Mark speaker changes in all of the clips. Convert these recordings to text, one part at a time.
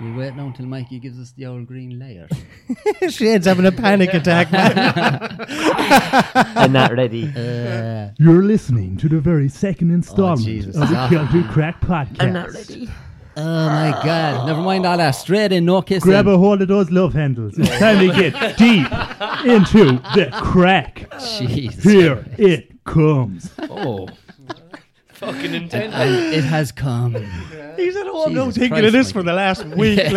Speaker 1: You're waiting now until Mikey gives us the old green layer.
Speaker 2: Shade's having a panic attack,
Speaker 3: I'm not ready.
Speaker 1: Uh,
Speaker 4: You're listening to the very second installment
Speaker 1: Jesus.
Speaker 4: of
Speaker 5: Ah.
Speaker 4: the Kill to Crack podcast.
Speaker 1: oh my god. Never mind all that. Straight in, no kissing.
Speaker 4: Grab a hold of those love handles. It's time to get deep into the crack.
Speaker 1: Jeez.
Speaker 4: Here it comes.
Speaker 1: Oh.
Speaker 5: Fucking Nintendo.
Speaker 1: And it has come.
Speaker 2: He's at home now
Speaker 1: Jesus
Speaker 2: thinking
Speaker 1: Christ,
Speaker 2: of this
Speaker 1: Mikey.
Speaker 2: for the last week.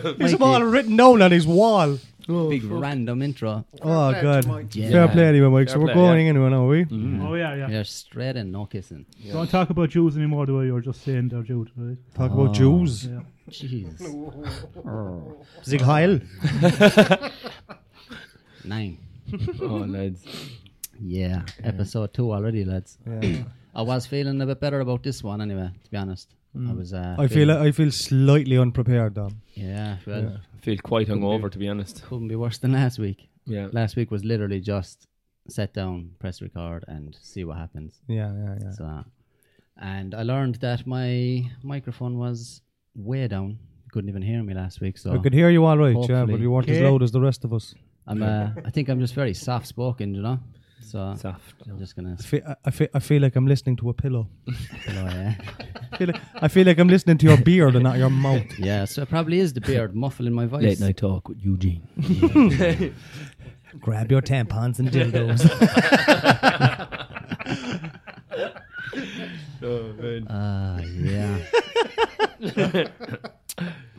Speaker 2: like. He's all written down on his wall.
Speaker 1: Big random intro.
Speaker 2: Oh,
Speaker 6: Fair
Speaker 2: God.
Speaker 6: to Mike.
Speaker 1: Yeah.
Speaker 2: Fair play anyway, Mike. so
Speaker 5: Fair
Speaker 2: we're
Speaker 5: play,
Speaker 2: going anyway, are we?
Speaker 5: Hmm.
Speaker 4: Oh, yeah, yeah.
Speaker 1: We are straight in, no kissing.
Speaker 4: Don't talk about Jews anymore, do I? You're just saying they're Jews, right?
Speaker 2: Talk about Jews.
Speaker 4: Yeah.
Speaker 1: Jeez.
Speaker 2: Zig Heil.
Speaker 1: Nine.
Speaker 3: Oh, lads.
Speaker 1: Yeah. Episode two already, lads. I was feeling a bit better about this one anyway, to be honest. I was. Uh,
Speaker 2: I feel I feel slightly unprepared, Dom.
Speaker 1: Yeah, well,
Speaker 5: I feel quite hungover, to be honest.
Speaker 1: couldn't be worse than last week.
Speaker 5: Yeah.
Speaker 1: Last week was literally just set down, press record, and see what happens.
Speaker 2: Yeah, yeah, yeah.
Speaker 1: So, and I learned that my microphone was way down. Couldn't even hear me last week, so
Speaker 2: I could hear you all right, yeah, but
Speaker 1: Hopefully.
Speaker 2: you weren't as
Speaker 4: Okay.
Speaker 2: loud as the rest of us.
Speaker 1: I'm. Uh, I think I'm just very soft spoken, you know. So
Speaker 5: Soft.
Speaker 1: I'm just gonna.
Speaker 2: I feel, I, feel, I feel like I'm listening to a pillow.
Speaker 1: Hello, yeah.
Speaker 2: I feel, like, I feel like I'm listening to your beard and not your mouth.
Speaker 1: yeah, so it probably is the beard muffling my voice.
Speaker 3: talk with Eugene.
Speaker 2: Grab your tampons and dildos.
Speaker 5: Oh, man.
Speaker 1: Ah, yeah.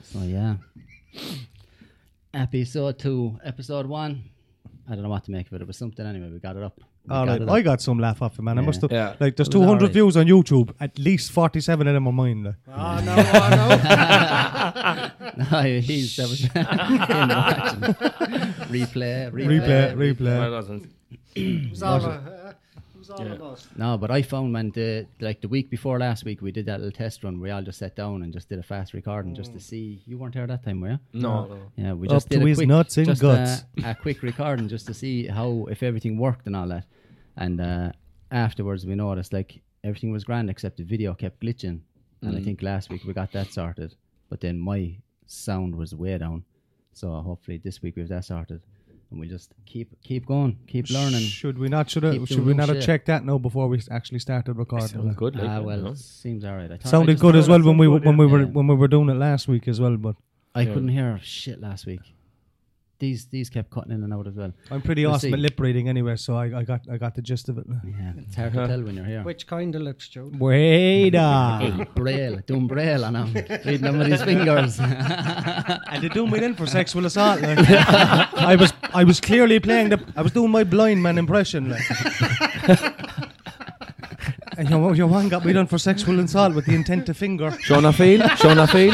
Speaker 1: so yeah. Episode two, episode one. I don't know what to make of it. It was something anyway. We got it up. We
Speaker 2: all right,
Speaker 1: got it
Speaker 2: I
Speaker 1: up.
Speaker 2: got some laugh off it, man. I
Speaker 1: Yeah.
Speaker 2: must have
Speaker 5: Yeah.
Speaker 2: like there's
Speaker 1: It was all
Speaker 2: 200
Speaker 1: right.
Speaker 2: views on YouTube. At least 47 of them are mine. Like.
Speaker 1: Ah,
Speaker 6: Oh, no, oh, no.
Speaker 1: No, he's that was him watching. replay, replay,
Speaker 2: Replay, replay.
Speaker 5: Well, that wasn't-
Speaker 6: It was all, uh, it was all
Speaker 5: Yeah.
Speaker 6: of us.
Speaker 1: No, but I found man, the like the week before last week, we did that little test run. We all just sat down and just did a fast recording just to see. You weren't there that time, were you?
Speaker 5: No, no.
Speaker 1: Yeah, we
Speaker 2: Up
Speaker 1: just did
Speaker 2: to
Speaker 1: a
Speaker 2: his
Speaker 1: quick,
Speaker 2: nuts and
Speaker 1: just
Speaker 2: guts.
Speaker 1: A, a quick recording just to see how if everything worked and all that. And uh, afterwards, we noticed like everything was grand except the video kept glitching. And
Speaker 2: Mm.
Speaker 1: I think last week we got that sorted, but then my sound was way down. So hopefully this week we have that sorted, and we just keep keep going, keep learning.
Speaker 2: Should we not should,
Speaker 1: Keep
Speaker 2: I, should
Speaker 1: doing
Speaker 2: we
Speaker 1: no
Speaker 2: not have
Speaker 1: shit.
Speaker 2: checked that now before we s- actually started recording?
Speaker 5: Sounds
Speaker 2: like?
Speaker 5: good. Like,
Speaker 1: Ah
Speaker 5: it,
Speaker 1: well,
Speaker 5: you know.
Speaker 1: seems alright. I thought I
Speaker 2: Sounded
Speaker 1: just-
Speaker 2: good as well when we
Speaker 4: Yeah.
Speaker 2: when we were
Speaker 1: Yeah.
Speaker 2: when we were doing it last week as well. But
Speaker 1: I couldn't hear shit last week. These these kept cutting in and out as well.
Speaker 2: I'm pretty
Speaker 1: We'll
Speaker 2: awesome at
Speaker 1: see.
Speaker 2: lip reading anyway, so I, I got I got the gist of it.
Speaker 1: Yeah, it's hard
Speaker 2: Uh-huh.
Speaker 1: to tell when you're here.
Speaker 6: Which kind of lips, Jude?
Speaker 2: Wait a
Speaker 1: Braille, doing braille on him, reading them with his fingers.
Speaker 2: and they do me in for sexual assault. Like. I was I was clearly playing the I was doing my blind man impression. Like. and your, your one got me done for sexual assault with the intent to finger.
Speaker 3: Sean O'Feel. Sean O'Feel.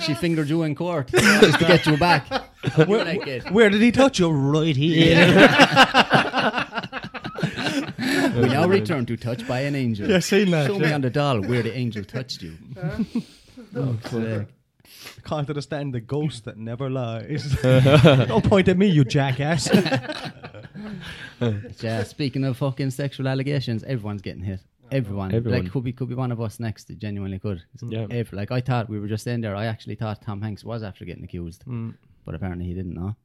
Speaker 1: she fingered you in court just to get you back. You like it.
Speaker 2: Where did he touch you? Right here.
Speaker 1: We now return to touch by an angel.
Speaker 2: Yeah, seen that.
Speaker 1: Show me on the doll where the angel touched you. Oh,
Speaker 5: uh,
Speaker 1: fuck.
Speaker 2: Can't understand the ghost that never lies. Don't point at me, you jackass.
Speaker 1: yeah, speaking of fucking sexual allegations, everyone's getting hit. Everyone.
Speaker 5: Everyone.
Speaker 1: Like could be could be one of us next. It genuinely could.
Speaker 5: Yeah.
Speaker 1: Ev- like I thought we were just in there. I actually thought Tom Hanks was after getting accused.
Speaker 5: Hmm.
Speaker 1: But apparently he didn't know.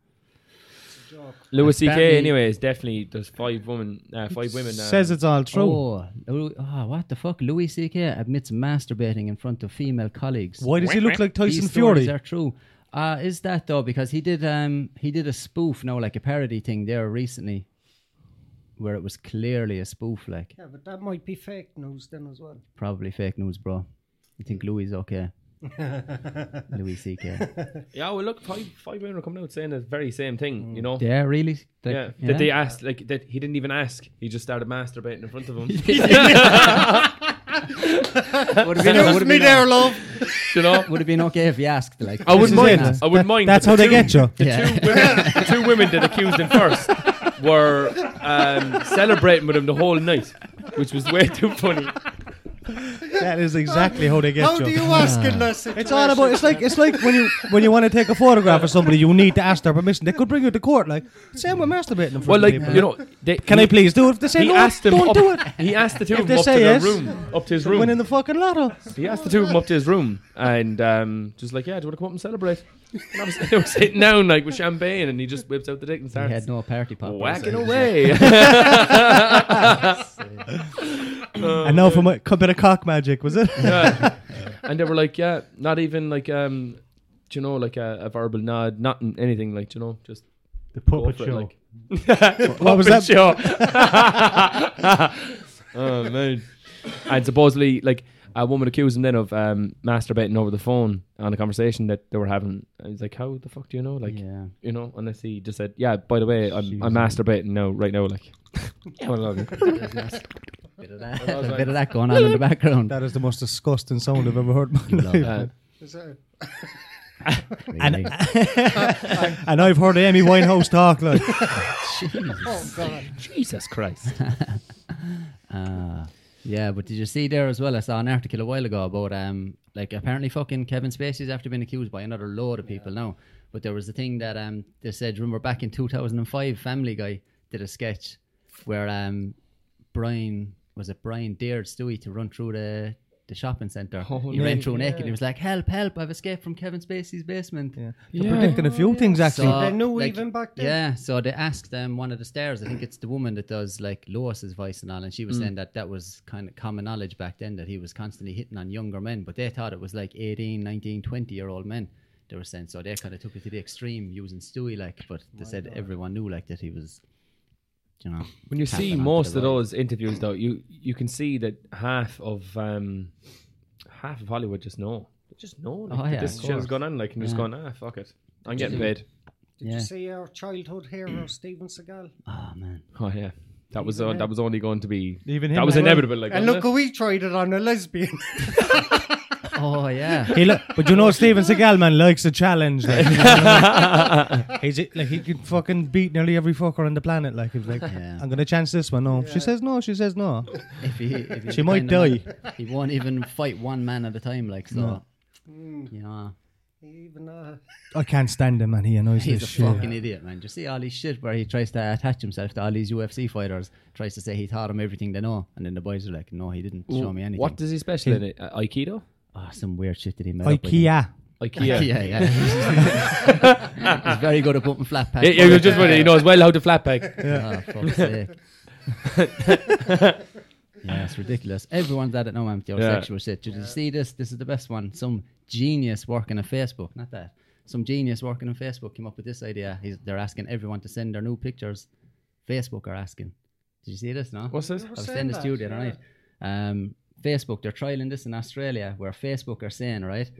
Speaker 5: Louis
Speaker 1: Apparently-
Speaker 5: C.K. Anyway, is definitely there's five women, uh, five women. Uh,
Speaker 2: Says it's all true.
Speaker 1: Oh, Lou- oh, what the fuck? Louis C.K. admits masturbating in front of female colleagues.
Speaker 2: Why does he look like Tyson
Speaker 1: These stories
Speaker 2: Fury?
Speaker 1: are true. Uh, is that though? Because he did um he did a spoof now, like a parody thing there recently, where it was clearly a spoof, like
Speaker 6: Yeah, but that might be fake news then as well.
Speaker 1: probably fake news, bro. You think Louis is okay? Louis C.K.
Speaker 5: yeah, well, look, five five women are coming out saying the very same thing. You know.
Speaker 1: Yeah, really? Like,
Speaker 5: yeah, that they asked like that he didn't even ask. He just started masturbating in front of him.
Speaker 1: Would've been- would've been-
Speaker 2: love.
Speaker 5: you know,
Speaker 1: Would have been okay if you asked, like.
Speaker 5: I wouldn't
Speaker 2: is
Speaker 5: mind.
Speaker 2: it.
Speaker 5: I wouldn't mind.
Speaker 2: That's
Speaker 5: but
Speaker 2: how
Speaker 5: the
Speaker 2: they
Speaker 5: two-
Speaker 2: get you.
Speaker 1: Yeah.
Speaker 5: the two women that accused him first were um, celebrating with him the whole night, which was way too funny.
Speaker 2: That is exactly how they get
Speaker 6: How
Speaker 2: you.
Speaker 6: do you ask in that situation?
Speaker 2: It's all about. It's like it's like when you when you want to take a photograph of somebody, you need to ask their permission. They could bring you to court. Like same with masturbating in front
Speaker 5: Well,
Speaker 2: of
Speaker 5: like
Speaker 2: people.
Speaker 5: you know, they,
Speaker 2: can
Speaker 5: he,
Speaker 2: I please do it? If they say
Speaker 5: He
Speaker 2: no,
Speaker 5: asked them.
Speaker 2: don't
Speaker 5: up,
Speaker 2: do it.
Speaker 5: He asked the two
Speaker 2: If
Speaker 5: of
Speaker 2: they
Speaker 5: them up to
Speaker 2: say
Speaker 5: their
Speaker 2: yes,
Speaker 5: room, up to his room.
Speaker 2: Winning the fucking lotto.
Speaker 5: He asked the two of them up to his room and um, just like, yeah, do you want to come up and celebrate? And I was, I was sitting down like with champagne, and he just whips out the dick and
Speaker 1: He
Speaker 5: starts
Speaker 1: had no party pop.
Speaker 5: whacking
Speaker 1: so-
Speaker 5: away.
Speaker 2: and now for my a bit of cock magic, was it?
Speaker 5: Yeah. and they were like, yeah, not even like, um, do you know, like a, a verbal nod, not in anything, like, do you know, just
Speaker 4: The
Speaker 5: go
Speaker 4: puppet
Speaker 5: for it,
Speaker 4: show.
Speaker 5: like.
Speaker 2: what was that?
Speaker 5: Sure. oh man. And supposedly, like a woman accused him then of um, masturbating over the phone on a conversation that they were having. And he's like, "How the fuck do you know?" Like,
Speaker 1: Yeah.
Speaker 5: you know, unless he just said, "Yeah, by the way, I'm, I'm masturbating now, right now." Like, yeah, I love you.
Speaker 1: Bit of that, a bit of that going on in the background.
Speaker 2: That is the most disgusting sound I've ever heard. in my
Speaker 1: love
Speaker 2: life.
Speaker 5: Uh,
Speaker 6: Is it-
Speaker 1: and,
Speaker 2: and I've heard Amy Winehouse talk like
Speaker 6: Oh God!
Speaker 5: Jesus Christ.
Speaker 1: Uh, yeah, but did you see there as well? I saw an article a while ago about um, like apparently fucking Kevin Spacey's after being accused by another load of people now. But there was the thing that um they said. Remember back in two thousand and five, Family Guy did a sketch where um Brian was it Brian dared Stewie to run through the the shopping centre.
Speaker 5: Oh,
Speaker 1: he ran
Speaker 5: no.
Speaker 1: through naked. He was like, "Help! Help! I've escaped from Kevin Spacey's basement."
Speaker 2: yeah.
Speaker 5: Yeah.
Speaker 2: They're predicting a few things actually.
Speaker 1: So,
Speaker 6: They knew even back then?
Speaker 1: Yeah, so they asked um, one of the stars. I think it's the woman that does like Lois's voice and all, and she
Speaker 6: Mm.
Speaker 1: was saying that that was kind of common knowledge back then that he was constantly hitting on younger men, but they thought it was like 18, 19, 20 year old men. They were saying so they kind of took it to the extreme using Stewie like, but they said everyone knew like that he was, you know.
Speaker 5: When you
Speaker 1: tapping
Speaker 5: see
Speaker 1: onto
Speaker 5: most
Speaker 1: the
Speaker 5: of
Speaker 1: road.
Speaker 5: those interviews, though, you you can see that half of um, half of Hollywood just know. They just know like,
Speaker 1: Oh,
Speaker 5: that
Speaker 1: yeah,
Speaker 5: this
Speaker 1: of
Speaker 5: shit has
Speaker 1: course.
Speaker 5: gone on, like, and just
Speaker 1: Yeah.
Speaker 5: going, ah, fuck it, I'm getting paid.
Speaker 6: Did
Speaker 1: Yeah.
Speaker 6: you see our childhood hero Steven Seagal?
Speaker 1: Oh man,
Speaker 5: Oh yeah, that was uh, that was only going to be
Speaker 2: Even him
Speaker 5: that was
Speaker 2: as well.
Speaker 5: inevitable. Like,
Speaker 6: And look
Speaker 5: wasn't
Speaker 6: who he tried it on a lesbian.
Speaker 1: oh yeah.
Speaker 2: He lo- but you know Steven Seagal man likes a challenge. Like, you know? He's like he could fucking beat nearly every fucker on the planet. Like he's like,
Speaker 1: Yeah.
Speaker 2: I'm gonna chance this one. No, she says no. She says no.
Speaker 1: If he, if he's
Speaker 2: She
Speaker 1: the
Speaker 2: might
Speaker 1: kind of man- he won't even fight one man at a time, like so. You know,
Speaker 6: Even uh,
Speaker 2: I can't stand him, man. He annoys
Speaker 1: He's
Speaker 2: the
Speaker 1: a
Speaker 2: shit.
Speaker 1: fucking idiot, man. Just see all these shit where he tries to attach himself to all these UFC fighters, tries to say he taught them everything they know, and then the boys are like, "No, he didn't
Speaker 5: it?
Speaker 1: show me anything."
Speaker 5: What does he special in? It? Uh, Aikido,
Speaker 1: Ah, some weird shit that he made up. I think.
Speaker 2: IKEA.
Speaker 5: Ikea.
Speaker 1: yeah, yeah. He's very good at putting flat packs.
Speaker 5: Yeah, yeah, just what he knows well how to flat pack.
Speaker 1: Ah, fuck's sake. yeah, it's ridiculous. Everyone's at it now, man. with Your
Speaker 5: Yeah.
Speaker 1: sexual shit. Did you see this? This is the best one. Some genius working on Facebook. Not that. Some genius working on Facebook came up with this idea. He's, they're asking everyone to send their new pictures. Facebook are asking. Did you see this? No.
Speaker 5: What's this?
Speaker 1: I was saying this to you the other night. Um, Facebook, they're trialing this in Australia, where Facebook are saying, right,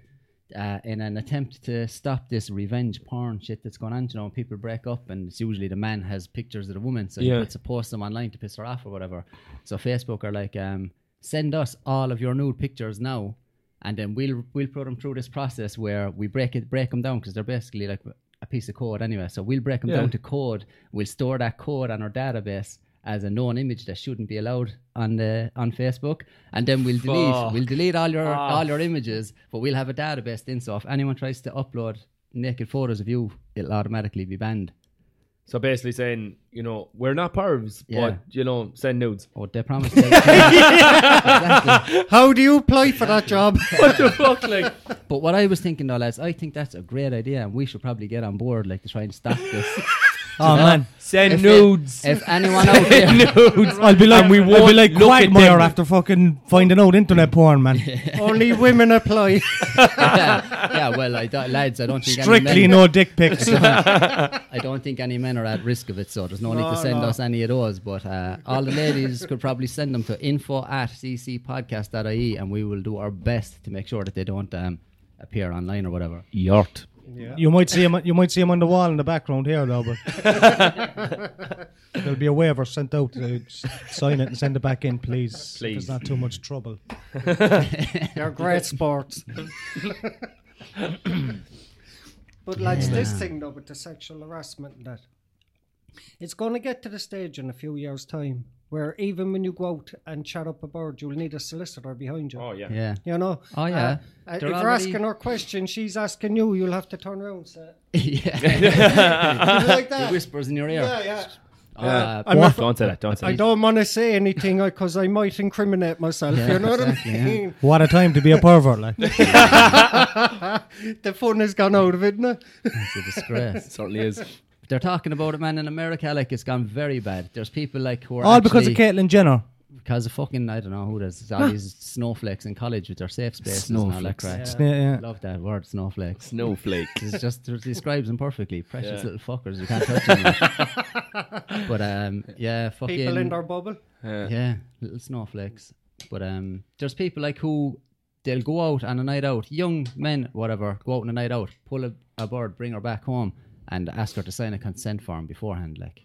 Speaker 1: uh, in an attempt to stop this revenge porn shit that's going on, you know, when people break up, and it's usually the man has pictures of the woman, so
Speaker 5: Yeah.
Speaker 1: he puts a post them online to piss her off or whatever. So Facebook are like, um, send us all of your nude pictures now, and then we'll we'll put them through this process where we break it break them down because they're basically like a piece of code anyway. So we'll break them
Speaker 5: Yeah.
Speaker 1: down to code. We'll store that code on our database as a known image that shouldn't be allowed on the on Facebook, and then we'll delete we'll delete all your all your images, but we'll have a database then. So if anyone tries to upload naked photos of you, it'll automatically be banned.
Speaker 5: So basically saying, you know, we're not pervs,
Speaker 1: Yeah.
Speaker 5: but you know, send nudes.
Speaker 1: Oh, they promised. They
Speaker 6: how do you apply for that job?
Speaker 5: What the fuck, like?
Speaker 1: but what I was thinking though, lads, I think that's a great idea, and we should probably get on board, like to try and stop this.
Speaker 2: Oh man,
Speaker 5: Send
Speaker 1: If it-
Speaker 5: nudes.
Speaker 1: if anyone out there,
Speaker 5: nudes.
Speaker 2: I'll be like we I'll be like
Speaker 5: look at
Speaker 2: Quagmire
Speaker 5: them.
Speaker 2: after fucking finding out internet porn, man.
Speaker 6: Only women apply.
Speaker 1: yeah, yeah, well, I don't, lads, I don't think any
Speaker 2: Strictly
Speaker 1: men,
Speaker 2: no dick pics.
Speaker 1: I don't think any men are at risk of it, so there's no, need to
Speaker 6: No,
Speaker 1: send
Speaker 6: no.
Speaker 1: us any of those. But uh, all the ladies could probably send them to info at ccpodcast.ie, and we will do our best to make sure that they don't um, appear online or whatever.
Speaker 3: Yort.
Speaker 2: You might see him. You might see him on the wall in the background here, though. But there'll be a waiver sent out. To s- sign it and send it back in, please.
Speaker 5: Please.
Speaker 2: It's not too much trouble.
Speaker 6: They're great sports. but lads, this thing though with the sexual harassment and that, it's going to get to the stage in a few years' time
Speaker 7: where even when you go out and chat up a bird, you'll need a solicitor behind you.
Speaker 5: Oh, yeah.
Speaker 1: Yeah.
Speaker 7: You know?
Speaker 1: Oh, yeah.
Speaker 7: Uh, if
Speaker 1: They're
Speaker 7: you're
Speaker 1: already-
Speaker 7: asking her question, she's asking you, you'll have to turn around. So.
Speaker 1: yeah.
Speaker 7: like
Speaker 1: It
Speaker 7: that.
Speaker 1: whispers in your ear.
Speaker 7: Yeah, yeah.
Speaker 1: Uh,
Speaker 2: I'm not-
Speaker 5: Don't say that. Don't say
Speaker 7: I
Speaker 5: that.
Speaker 7: don't want to say anything because I might incriminate myself.
Speaker 1: Yeah,
Speaker 7: you know
Speaker 1: exactly,
Speaker 7: what
Speaker 1: yeah.
Speaker 7: I mean?
Speaker 2: What a time to be a pervert, like.
Speaker 7: The fun has gone out of it now.
Speaker 1: It's a disgrace.
Speaker 5: certainly is.
Speaker 1: They're talking about it, man, in America. Like, it's gone very bad. There's people, like, who are.
Speaker 2: All because of
Speaker 1: actually-
Speaker 2: Caitlyn Jenner.
Speaker 1: Because of fucking, I don't know who does. All these snowflakes in college with their safe spaces and all that
Speaker 5: Snowflakes.
Speaker 1: crap.
Speaker 2: Yeah, yeah.
Speaker 1: Love that word, snowflakes.
Speaker 5: Snowflake.
Speaker 1: It just it describes them perfectly. Precious little fuckers. You can't touch them. but, um, yeah, fucking.
Speaker 7: People in their bubble.
Speaker 1: Yeah, little snowflakes. But um, there's people like who they'll go out on a night out, young men, whatever, go out on a night out, pull a, a bird, bring her back home, and ask her to sign a consent form beforehand. Like,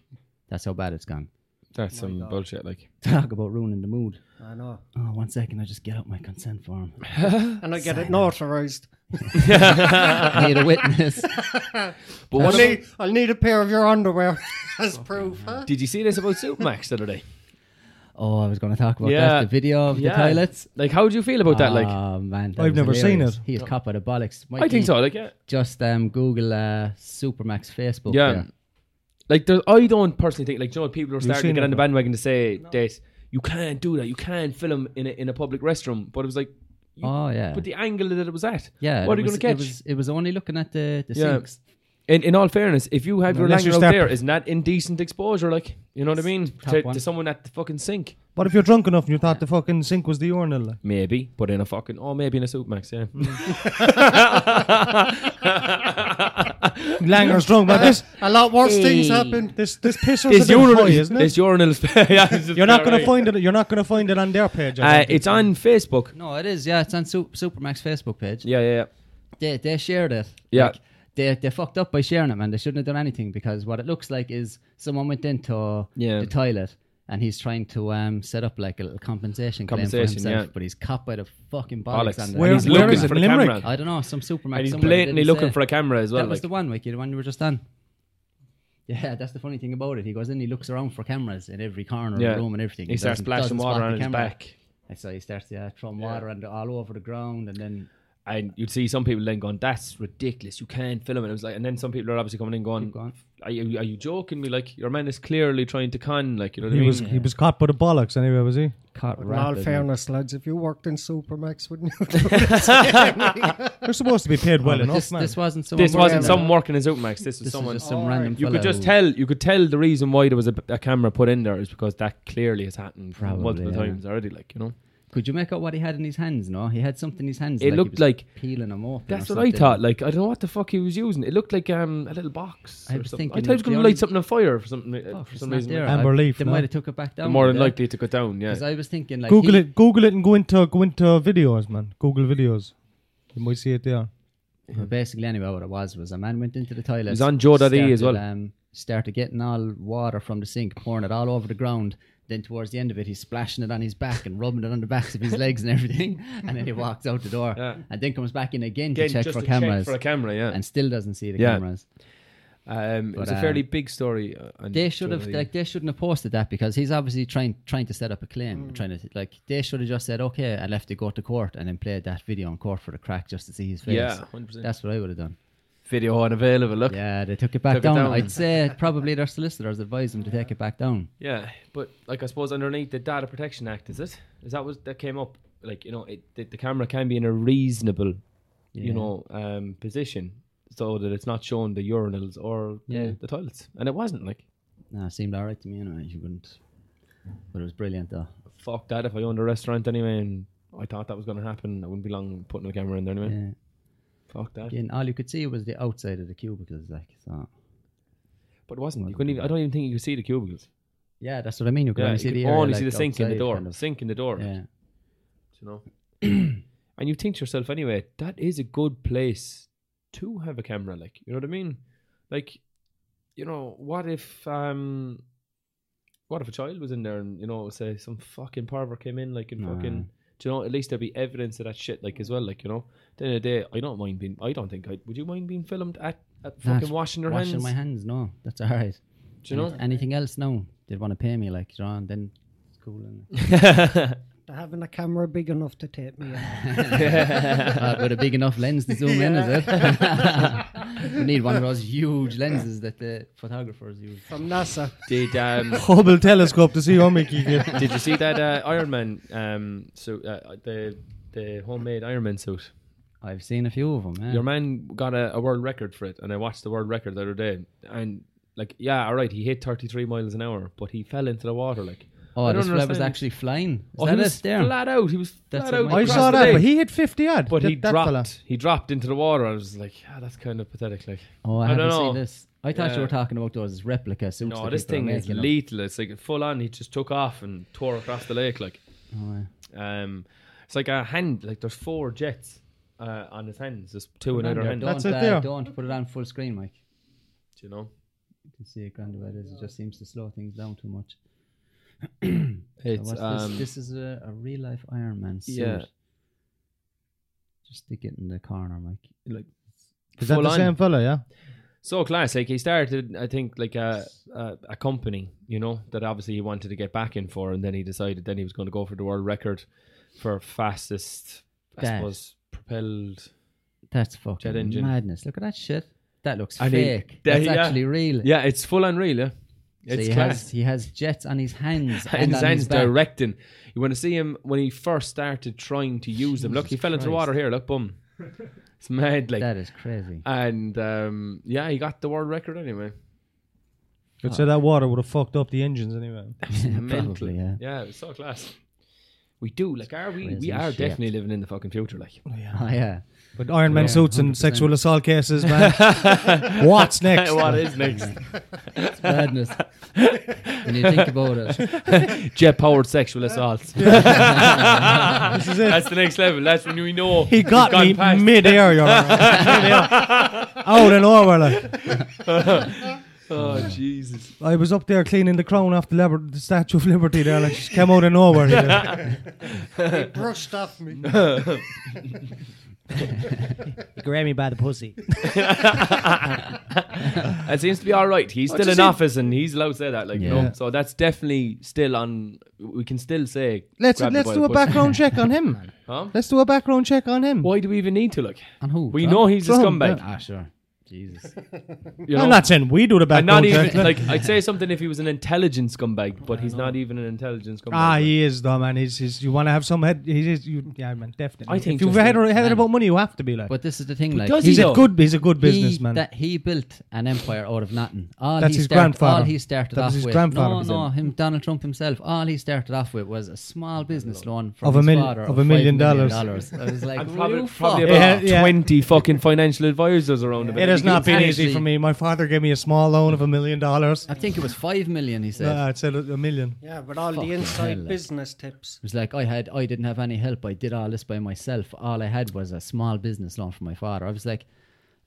Speaker 1: that's how bad it's gone.
Speaker 5: That's
Speaker 1: Oh
Speaker 5: some bullshit. Like
Speaker 1: Talk about ruining the mood.
Speaker 7: I know.
Speaker 1: Oh, one second, I just get out my consent form.
Speaker 7: And I get it notarized.
Speaker 1: I need a witness.
Speaker 5: But
Speaker 7: I'll
Speaker 5: what about,
Speaker 7: need, I'll need a pair of your underwear as proof, huh?
Speaker 5: did you see this about Supermax the other day?
Speaker 1: Oh, I was going to talk about
Speaker 5: Yeah.
Speaker 1: that. The video of the toilets.
Speaker 5: Like, how do you feel about that? Like,
Speaker 1: oh man, that
Speaker 2: I've
Speaker 1: was
Speaker 2: never seen
Speaker 1: hilarious.
Speaker 2: it.
Speaker 1: He is cop out of bollocks.
Speaker 5: I
Speaker 1: Mikey,
Speaker 5: think so. Like, yeah.
Speaker 1: Just um, Google uh, Supermax Facebook.
Speaker 5: Yeah.
Speaker 1: there.
Speaker 5: Like, there, I don't personally think, like, you know, people are starting to
Speaker 2: seen
Speaker 5: get on
Speaker 2: it,
Speaker 5: the
Speaker 2: though.
Speaker 5: bandwagon to say that you can't do that. You can't film in a, in a public restroom. But it was like, you-
Speaker 1: Oh yeah.
Speaker 5: but the angle that it was at.
Speaker 1: Yeah,
Speaker 5: What
Speaker 1: it
Speaker 5: are you
Speaker 1: was-
Speaker 5: going to
Speaker 1: It
Speaker 5: catch?
Speaker 1: was, it was only looking at the, the
Speaker 5: Yeah.
Speaker 1: sinks.
Speaker 5: in, in all fairness, if you have your
Speaker 2: Unless
Speaker 5: language
Speaker 2: you
Speaker 5: out
Speaker 2: step-
Speaker 5: there, isn't that indecent exposure? Like, you know what I mean?
Speaker 1: Top
Speaker 5: To,
Speaker 1: one.
Speaker 5: to someone at the fucking sink.
Speaker 2: But if you're drunk enough and you thought the fucking sink was the urinal, like.
Speaker 5: Maybe, but in a fucking oh, maybe in a Supermax, yeah.
Speaker 2: Langer's drunk, but this,
Speaker 7: A lot worse things happen.
Speaker 2: this, this pisser's
Speaker 5: It's
Speaker 2: a bit
Speaker 5: urinal,
Speaker 2: high, isn't
Speaker 5: It's
Speaker 2: it?
Speaker 5: urinal. yeah, it's just
Speaker 2: You're not going
Speaker 5: right.
Speaker 2: to find it. You're not going to find it on their page. I
Speaker 5: Uh,
Speaker 2: don't think.
Speaker 5: it's on Facebook.
Speaker 1: No, it is. Yeah, it's on Sup- Supermax Facebook page.
Speaker 5: Yeah, yeah, yeah.
Speaker 1: They they shared it.
Speaker 5: Yeah.
Speaker 1: Like, they, they fucked up by sharing it, man. They shouldn't have done anything because what it looks like is someone went into
Speaker 5: Yeah.
Speaker 1: the toilet and he's trying to um, set up like a little compensation, claim for
Speaker 5: Compensation,
Speaker 1: himself,
Speaker 5: yeah.
Speaker 1: but he's caught by the fucking bollocks.
Speaker 5: Bollocks.
Speaker 1: on the-
Speaker 5: Where-
Speaker 1: on
Speaker 5: he's
Speaker 1: the-
Speaker 2: where
Speaker 5: looking
Speaker 2: is it?
Speaker 5: for the
Speaker 2: In Limerick?
Speaker 5: camera,
Speaker 1: I don't know, some Supermax.
Speaker 5: and he's
Speaker 1: somewhere, they
Speaker 5: blatantly
Speaker 1: didn't
Speaker 5: looking
Speaker 1: say.
Speaker 5: for a camera as well.
Speaker 1: That was
Speaker 5: like.
Speaker 1: the one, Wiki, the one you were just on. Yeah, that's the funny thing about it. He goes in, he looks around for cameras in every corner
Speaker 5: Yeah.
Speaker 1: of the room and everything.
Speaker 5: He starts
Speaker 1: doesn't-
Speaker 5: splashing
Speaker 1: doesn't
Speaker 5: water
Speaker 1: spot
Speaker 5: on
Speaker 1: the
Speaker 5: his
Speaker 1: camera.
Speaker 5: back.
Speaker 1: And so he starts yeah, throwing water and all over the ground, and then
Speaker 5: and you'd see some people then going, "That's ridiculous! You can't film it." It was like, and then some people are obviously coming in going,
Speaker 1: going.
Speaker 5: Are, you, "Are you joking me? Like your man is clearly trying to con, like you know what
Speaker 2: he
Speaker 5: I mean?"
Speaker 2: was he was caught by the bollocks anyway, was he?
Speaker 1: caught
Speaker 7: In all
Speaker 1: rapidly.
Speaker 7: fairness, lads, if you worked in Supermax, wouldn't you?
Speaker 2: They're supposed to be paid well
Speaker 1: But
Speaker 2: enough,
Speaker 1: this,
Speaker 2: man.
Speaker 1: this wasn't someone.
Speaker 5: Oh, this wasn't
Speaker 1: working
Speaker 5: someone
Speaker 1: on it.
Speaker 5: working in Zootmax. This was
Speaker 1: This
Speaker 5: someone.
Speaker 1: was just some
Speaker 7: Alright.
Speaker 1: random.
Speaker 5: you could
Speaker 1: fella
Speaker 5: just
Speaker 1: who-
Speaker 5: tell. You could tell the reason why there was a, a camera put in there is because that clearly has happened
Speaker 1: Probably,
Speaker 5: multiple
Speaker 1: yeah.
Speaker 5: times already. Like you know,
Speaker 1: Could you make out what he had in his hands? No, he had something in his hands.
Speaker 5: It
Speaker 1: he
Speaker 5: looked
Speaker 1: was
Speaker 5: like-
Speaker 1: peeling them open.
Speaker 5: that's
Speaker 1: or
Speaker 5: what I
Speaker 1: something.
Speaker 5: thought. Like I don't know what the fuck he was using. It looked like um a little box.
Speaker 1: I
Speaker 5: or
Speaker 1: was
Speaker 5: something. I
Speaker 1: thinking
Speaker 5: thought he was
Speaker 1: the
Speaker 5: going to
Speaker 1: only-
Speaker 5: light something on fire for something
Speaker 1: Fuck,
Speaker 5: for
Speaker 1: it's
Speaker 5: some
Speaker 1: not
Speaker 5: reason.
Speaker 1: there.
Speaker 2: Amber
Speaker 1: I-
Speaker 2: Leaf,
Speaker 1: They
Speaker 2: no?
Speaker 1: might have took it back down.
Speaker 5: More than
Speaker 1: with it.
Speaker 5: likely to go down. Yeah.
Speaker 1: Because I was thinking like
Speaker 2: Google
Speaker 1: he-
Speaker 2: it, Google it, and go into go into videos, man. Google videos. You might see it there.
Speaker 1: Well, basically, anyway, what it was was a man went into the toilet.
Speaker 5: was Hmm. on Joe.ie as well.
Speaker 1: Um, started getting all water from the sink, pouring it all over the ground. Then towards the end of it, he's splashing it on his back and rubbing it on the backs of his legs and everything. And then he walks out the door
Speaker 5: Yeah.
Speaker 1: and then comes back in again,
Speaker 5: Again,
Speaker 1: to check
Speaker 5: just
Speaker 1: for
Speaker 5: to
Speaker 1: cameras
Speaker 5: for a camera, yeah.
Speaker 1: and still doesn't see the
Speaker 5: Yeah.
Speaker 1: cameras.
Speaker 5: Um, it
Speaker 1: But,
Speaker 5: was a
Speaker 1: um,
Speaker 5: fairly big story. uh, on
Speaker 1: They should have
Speaker 5: Joe.ie.
Speaker 1: like they shouldn't have posted that because he's obviously trying trying to set up a
Speaker 5: Hmm.
Speaker 1: claim, trying to like they should have just said okay and left it go to court and then played that video in court for the crack just to see his face.
Speaker 5: yeah, 100%.
Speaker 1: That's what I would have done.
Speaker 5: video unavailable. Look, yeah.
Speaker 1: Yeah, they took it back
Speaker 5: Took it
Speaker 1: down.
Speaker 5: down.
Speaker 1: I'd say probably their solicitors advised them to take it back down.
Speaker 5: but like I suppose underneath the Data Protection Act, is it? Is that what that came up? Like you know, it, the, the camera can be in a reasonable,
Speaker 1: Yeah.
Speaker 5: you know, um, position so that it's not showing the urinals or the,
Speaker 1: Yeah.
Speaker 5: the toilets, and it wasn't like.
Speaker 1: No, it seemed alright to me anyway. You wouldn't. But it was brilliant though.
Speaker 5: Fuck that! If I owned a restaurant anyway, and I thought that was going to happen, I wouldn't be long putting a camera in there anyway.
Speaker 1: Yeah.
Speaker 5: Fuck that!
Speaker 1: Again, all you could see was the outside of the cubicles, like so.
Speaker 5: But it wasn't. You couldn't even. I don't even think you could see the cubicles.
Speaker 1: Yeah, that's what I mean. You could
Speaker 5: Yeah,
Speaker 1: only
Speaker 5: you
Speaker 1: see
Speaker 5: could
Speaker 1: the area,
Speaker 5: only
Speaker 1: like,
Speaker 5: see the sink in the
Speaker 1: outside,
Speaker 5: door.
Speaker 1: kind of.
Speaker 5: Sink in the door.
Speaker 1: Yeah.
Speaker 5: you know. and you think to yourself anyway, that is a good place to have a camera, like you know what I mean? Like, you know, what if um what if a child was in there and you know, say some fucking pervert came in like and
Speaker 1: Nah.
Speaker 5: fucking do you know, at least there'd be evidence of that shit like as well, like, you know. At the end of the day, I don't mind being I don't think I would you mind being filmed at, at
Speaker 1: Nah,
Speaker 5: fucking washing your
Speaker 1: Washing
Speaker 5: hands?
Speaker 1: my hands, no, that's alright.
Speaker 5: Do you know?
Speaker 1: anything else? No, they'd want to pay me like John. Then cool. Isn't
Speaker 7: They're having a camera big enough to tape me. out.
Speaker 1: it? uh, with a big enough lens to zoom in, is it? we need one of those huge lenses that the photographers use.
Speaker 7: From NASA.
Speaker 5: Did um,
Speaker 2: Hubble telescope to see how big you get.
Speaker 5: did you see that uh, Iron Man um, suit? Uh, the the homemade Iron Man suit.
Speaker 1: I've seen a few of them. Yeah.
Speaker 5: Your man got a, a world record for it, and I watched the world record the other day. And like, yeah, all right, he hit 33 miles an hour, but he fell into the water. Like,
Speaker 1: oh,
Speaker 5: I
Speaker 1: this
Speaker 5: don't
Speaker 1: fella was
Speaker 5: understand.
Speaker 1: actually flying. Is
Speaker 5: oh,
Speaker 1: that
Speaker 5: he
Speaker 1: it
Speaker 5: was
Speaker 1: there?
Speaker 5: flat out. He was
Speaker 1: That's
Speaker 5: flat
Speaker 1: what
Speaker 5: out.
Speaker 1: my-
Speaker 2: I
Speaker 5: across
Speaker 2: saw
Speaker 5: the
Speaker 2: that, but
Speaker 5: lake.
Speaker 2: he hit 50 odd.
Speaker 5: But
Speaker 2: that,
Speaker 5: he
Speaker 2: that
Speaker 5: dropped.
Speaker 2: fella.
Speaker 5: He dropped into the water. I was like, yeah, that's kind of pathetic. Like,
Speaker 1: Oh, I,
Speaker 5: I don't
Speaker 1: haven't
Speaker 5: know.
Speaker 1: seen this. I thought you
Speaker 5: Yeah.
Speaker 1: were talking about those replica suits.
Speaker 5: no,
Speaker 1: that
Speaker 5: this
Speaker 1: people are
Speaker 5: thing is
Speaker 1: making up.
Speaker 5: lethal. It's like full on. He just took off and tore across the lake. Like,
Speaker 1: Oh, yeah.
Speaker 5: um, it's like a hand. Like, there's four jets uh, on his hands. There's two in
Speaker 1: Put it on
Speaker 5: either
Speaker 1: there.
Speaker 5: hand.
Speaker 1: Don't,
Speaker 2: That's it
Speaker 1: uh,
Speaker 2: there.
Speaker 1: Don't put it on full screen, Mike.
Speaker 5: You know.
Speaker 1: You can see it grand about it. It just seems to slow things down too much. So
Speaker 5: It's
Speaker 1: what's
Speaker 5: um,
Speaker 1: this? this is a, a real life Iron Man suit.
Speaker 5: Yeah.
Speaker 1: Just stick it in the corner, Mike.
Speaker 5: like
Speaker 2: Is that
Speaker 5: full
Speaker 2: the
Speaker 5: on.
Speaker 2: same fella, yeah?
Speaker 5: so class. Like he started, I think, like a, a a company, you know, that obviously he wanted to get back in for, and then he decided then he was going to go for the world record for fastest, I
Speaker 1: That.
Speaker 5: suppose, propelled.
Speaker 1: That's fucking
Speaker 5: engine.
Speaker 1: madness. Look at that shit. That looks
Speaker 5: And he-
Speaker 1: fake.
Speaker 5: that-
Speaker 1: That's
Speaker 5: yeah.
Speaker 1: actually real.
Speaker 5: Yeah, it's full on real. Yeah,
Speaker 1: So
Speaker 5: it's
Speaker 1: he
Speaker 5: class.
Speaker 1: has he has jets on his hands and,
Speaker 5: and his
Speaker 1: on
Speaker 5: hands
Speaker 1: his back.
Speaker 5: directing. You want to see him when he first started trying to use them. Look, he fell into the water here. Look, boom. It's mad, like,
Speaker 1: That is crazy.
Speaker 5: and um, yeah, he got the world record anyway.
Speaker 2: I'd say that water would have fucked up the engines anyway.
Speaker 5: Mental.
Speaker 1: Probably, yeah.
Speaker 5: yeah, it's so class. We do like, are we?
Speaker 1: Crazy
Speaker 5: We are
Speaker 1: shit.
Speaker 5: definitely living in the fucking future, like.
Speaker 1: Oh, yeah.
Speaker 2: But Iron Man
Speaker 1: Yeah,
Speaker 2: suits and
Speaker 1: 100%.
Speaker 2: sexual assault cases, man. What's next?
Speaker 5: what is next?
Speaker 1: It's madness. when you think about it.
Speaker 5: Jet powered sexual assaults.
Speaker 2: This is it.
Speaker 5: That's the next level. That's when we know
Speaker 2: He
Speaker 5: we've
Speaker 2: got
Speaker 5: gone
Speaker 2: me
Speaker 5: past.
Speaker 2: mid-air, you're right. mid-air. Out and over, like.
Speaker 5: oh Jesus!
Speaker 2: I was up there cleaning the crown off the, liber- the Statue of Liberty there, like, just came out of nowhere. you know.
Speaker 6: It brushed off me.
Speaker 2: He grabbed me by the pussy.
Speaker 5: It seems to be all right. He's still in office and he's allowed to say that. Like
Speaker 1: Yeah.
Speaker 5: no, so that's definitely still on. We can still say.
Speaker 2: Let's,
Speaker 5: grab the
Speaker 2: let's
Speaker 5: boy
Speaker 2: do
Speaker 5: by
Speaker 2: a
Speaker 5: the pussy.
Speaker 2: background check on him, man.
Speaker 5: Huh?
Speaker 2: Let's do a background check on him.
Speaker 5: Why do we even need to look?
Speaker 1: And who?
Speaker 5: We
Speaker 1: Trump?
Speaker 5: know he's a
Speaker 2: Trump,
Speaker 5: scumbag.
Speaker 1: Ah, sure. Jesus.
Speaker 5: You know?
Speaker 2: I'm not saying we do the
Speaker 5: And not
Speaker 2: background
Speaker 5: even
Speaker 2: check. like.
Speaker 5: like I'd say something if he was an intelligent scumbag, but he's not even an intelligent scumbag.
Speaker 2: Ah, he is though, man. He's, he's you want to have some head. He is, you, yeah, man, definitely.
Speaker 5: I think
Speaker 2: if you've
Speaker 5: just
Speaker 2: had
Speaker 5: the-
Speaker 2: head about money, you have to be like.
Speaker 1: But this is the thing, like
Speaker 5: does he
Speaker 2: he's
Speaker 1: he's
Speaker 5: though?
Speaker 2: a good. He's a good
Speaker 1: he-
Speaker 2: businessman.
Speaker 1: That he built an empire out of nothing. All
Speaker 2: That's
Speaker 1: he
Speaker 2: his
Speaker 1: started,
Speaker 2: grandfather.
Speaker 1: All he started
Speaker 2: That was
Speaker 1: off
Speaker 2: his
Speaker 1: with.
Speaker 2: grandfather
Speaker 1: No,
Speaker 2: was
Speaker 1: no,
Speaker 2: in.
Speaker 1: him Donald Trump himself. All he started off with was a small business loan from
Speaker 2: Of a
Speaker 1: his
Speaker 2: mil-
Speaker 1: father
Speaker 2: of a
Speaker 1: five
Speaker 2: million dollars.
Speaker 1: dollars. I was like,
Speaker 5: And probably,
Speaker 1: "You
Speaker 5: probably
Speaker 1: fuck."
Speaker 5: about
Speaker 2: Yeah, yeah.
Speaker 5: twenty fucking financial advisors around him.
Speaker 2: it has not been easy
Speaker 1: Actually-
Speaker 2: for me. My father gave me a small loan of a million dollars.
Speaker 1: I think it was five million. He said.
Speaker 2: Uh, it said a a million.
Speaker 7: Yeah, but all
Speaker 1: Fucking
Speaker 7: the inside
Speaker 1: hell, like.
Speaker 7: business tips.
Speaker 1: It was like I had, I didn't have any help. I did all this by myself. All I had was a small business loan from my father. I was like,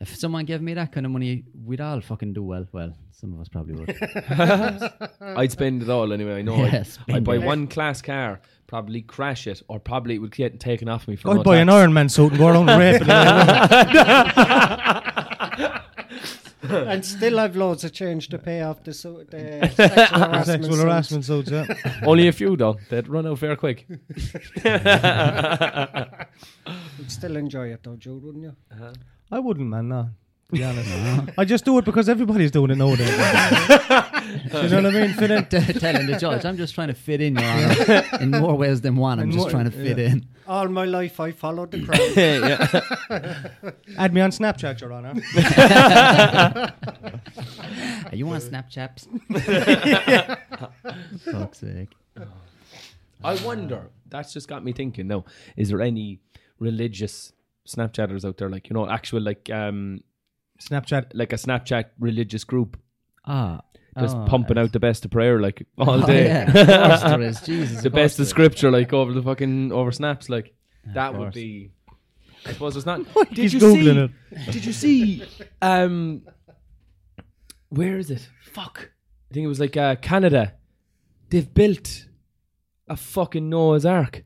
Speaker 1: if someone gave me that kind of money, we'd all fucking do well. Well, some of us probably would.
Speaker 5: I'd spend it all anyway. I know.
Speaker 1: Yeah,
Speaker 5: I'd,
Speaker 1: spend
Speaker 5: I'd buy
Speaker 1: it.
Speaker 5: one class car, probably crash it, or probably it would get taken off me for.
Speaker 2: I'd
Speaker 5: no
Speaker 2: buy an
Speaker 5: tax.
Speaker 2: Iron Man suit and go around raping. it.
Speaker 7: and still have loads of change to pay off the, so, the sexual harassment.
Speaker 2: Sexual
Speaker 7: suits.
Speaker 2: harassment suits. Yeah.
Speaker 5: Only a few though. They'd run out very quick.
Speaker 7: You'd still enjoy it though, Joe, wouldn't you?
Speaker 2: I wouldn't, man. No. To be honest, I just do it because everybody's doing it nowadays. Do you know what I mean? Fit in.
Speaker 1: telling the judge, I'm just trying to fit in, Your Honor. In more ways than one, I'm
Speaker 2: In
Speaker 1: just
Speaker 2: more-
Speaker 1: trying to fit in.
Speaker 7: All my life I followed the crowd.
Speaker 2: Add me on Snapchat, Your Honor.
Speaker 1: Are you on Snapchaps? Fuck's sake.
Speaker 5: I wonder. That's just got me thinking. Now, is there any religious Snapchatters out there, like you know, actual like um
Speaker 2: Snapchat.
Speaker 5: like a Snapchat religious group,
Speaker 1: Ah.
Speaker 5: just
Speaker 1: oh,
Speaker 5: pumping out the best of prayer like all
Speaker 1: oh,
Speaker 5: day.
Speaker 1: yeah, of course there is. Jesus.
Speaker 5: the best of
Speaker 1: course
Speaker 5: scripture like over the fucking over snaps like that
Speaker 1: course.
Speaker 5: would be I suppose it's not did
Speaker 2: He's
Speaker 5: you
Speaker 2: googling
Speaker 5: see did you see um where is it fuck I think it was like uh, Canada they've built a fucking Noah's Ark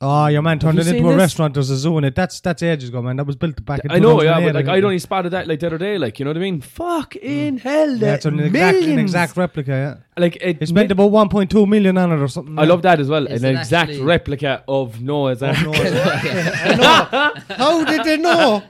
Speaker 2: Oh, your man turned
Speaker 5: you
Speaker 2: it into
Speaker 5: seen
Speaker 2: a
Speaker 5: this?
Speaker 2: restaurant. There's a zoo in it. That's that's ages ago, man. That was built back in.
Speaker 5: I know, yeah,
Speaker 2: 2008,
Speaker 5: but like
Speaker 2: think.
Speaker 5: I'd only spotted that like the other day, like you know what I mean? Mm. Fuck in hell,
Speaker 2: Yeah, it's an exact, an exact replica. Yeah,
Speaker 5: Like it,
Speaker 2: he spent about 1.2 million on it or something.
Speaker 5: I love that as well.
Speaker 1: Is
Speaker 5: an
Speaker 1: it
Speaker 5: exact
Speaker 1: actually-
Speaker 5: replica of Noah's Ark.
Speaker 6: How did they know?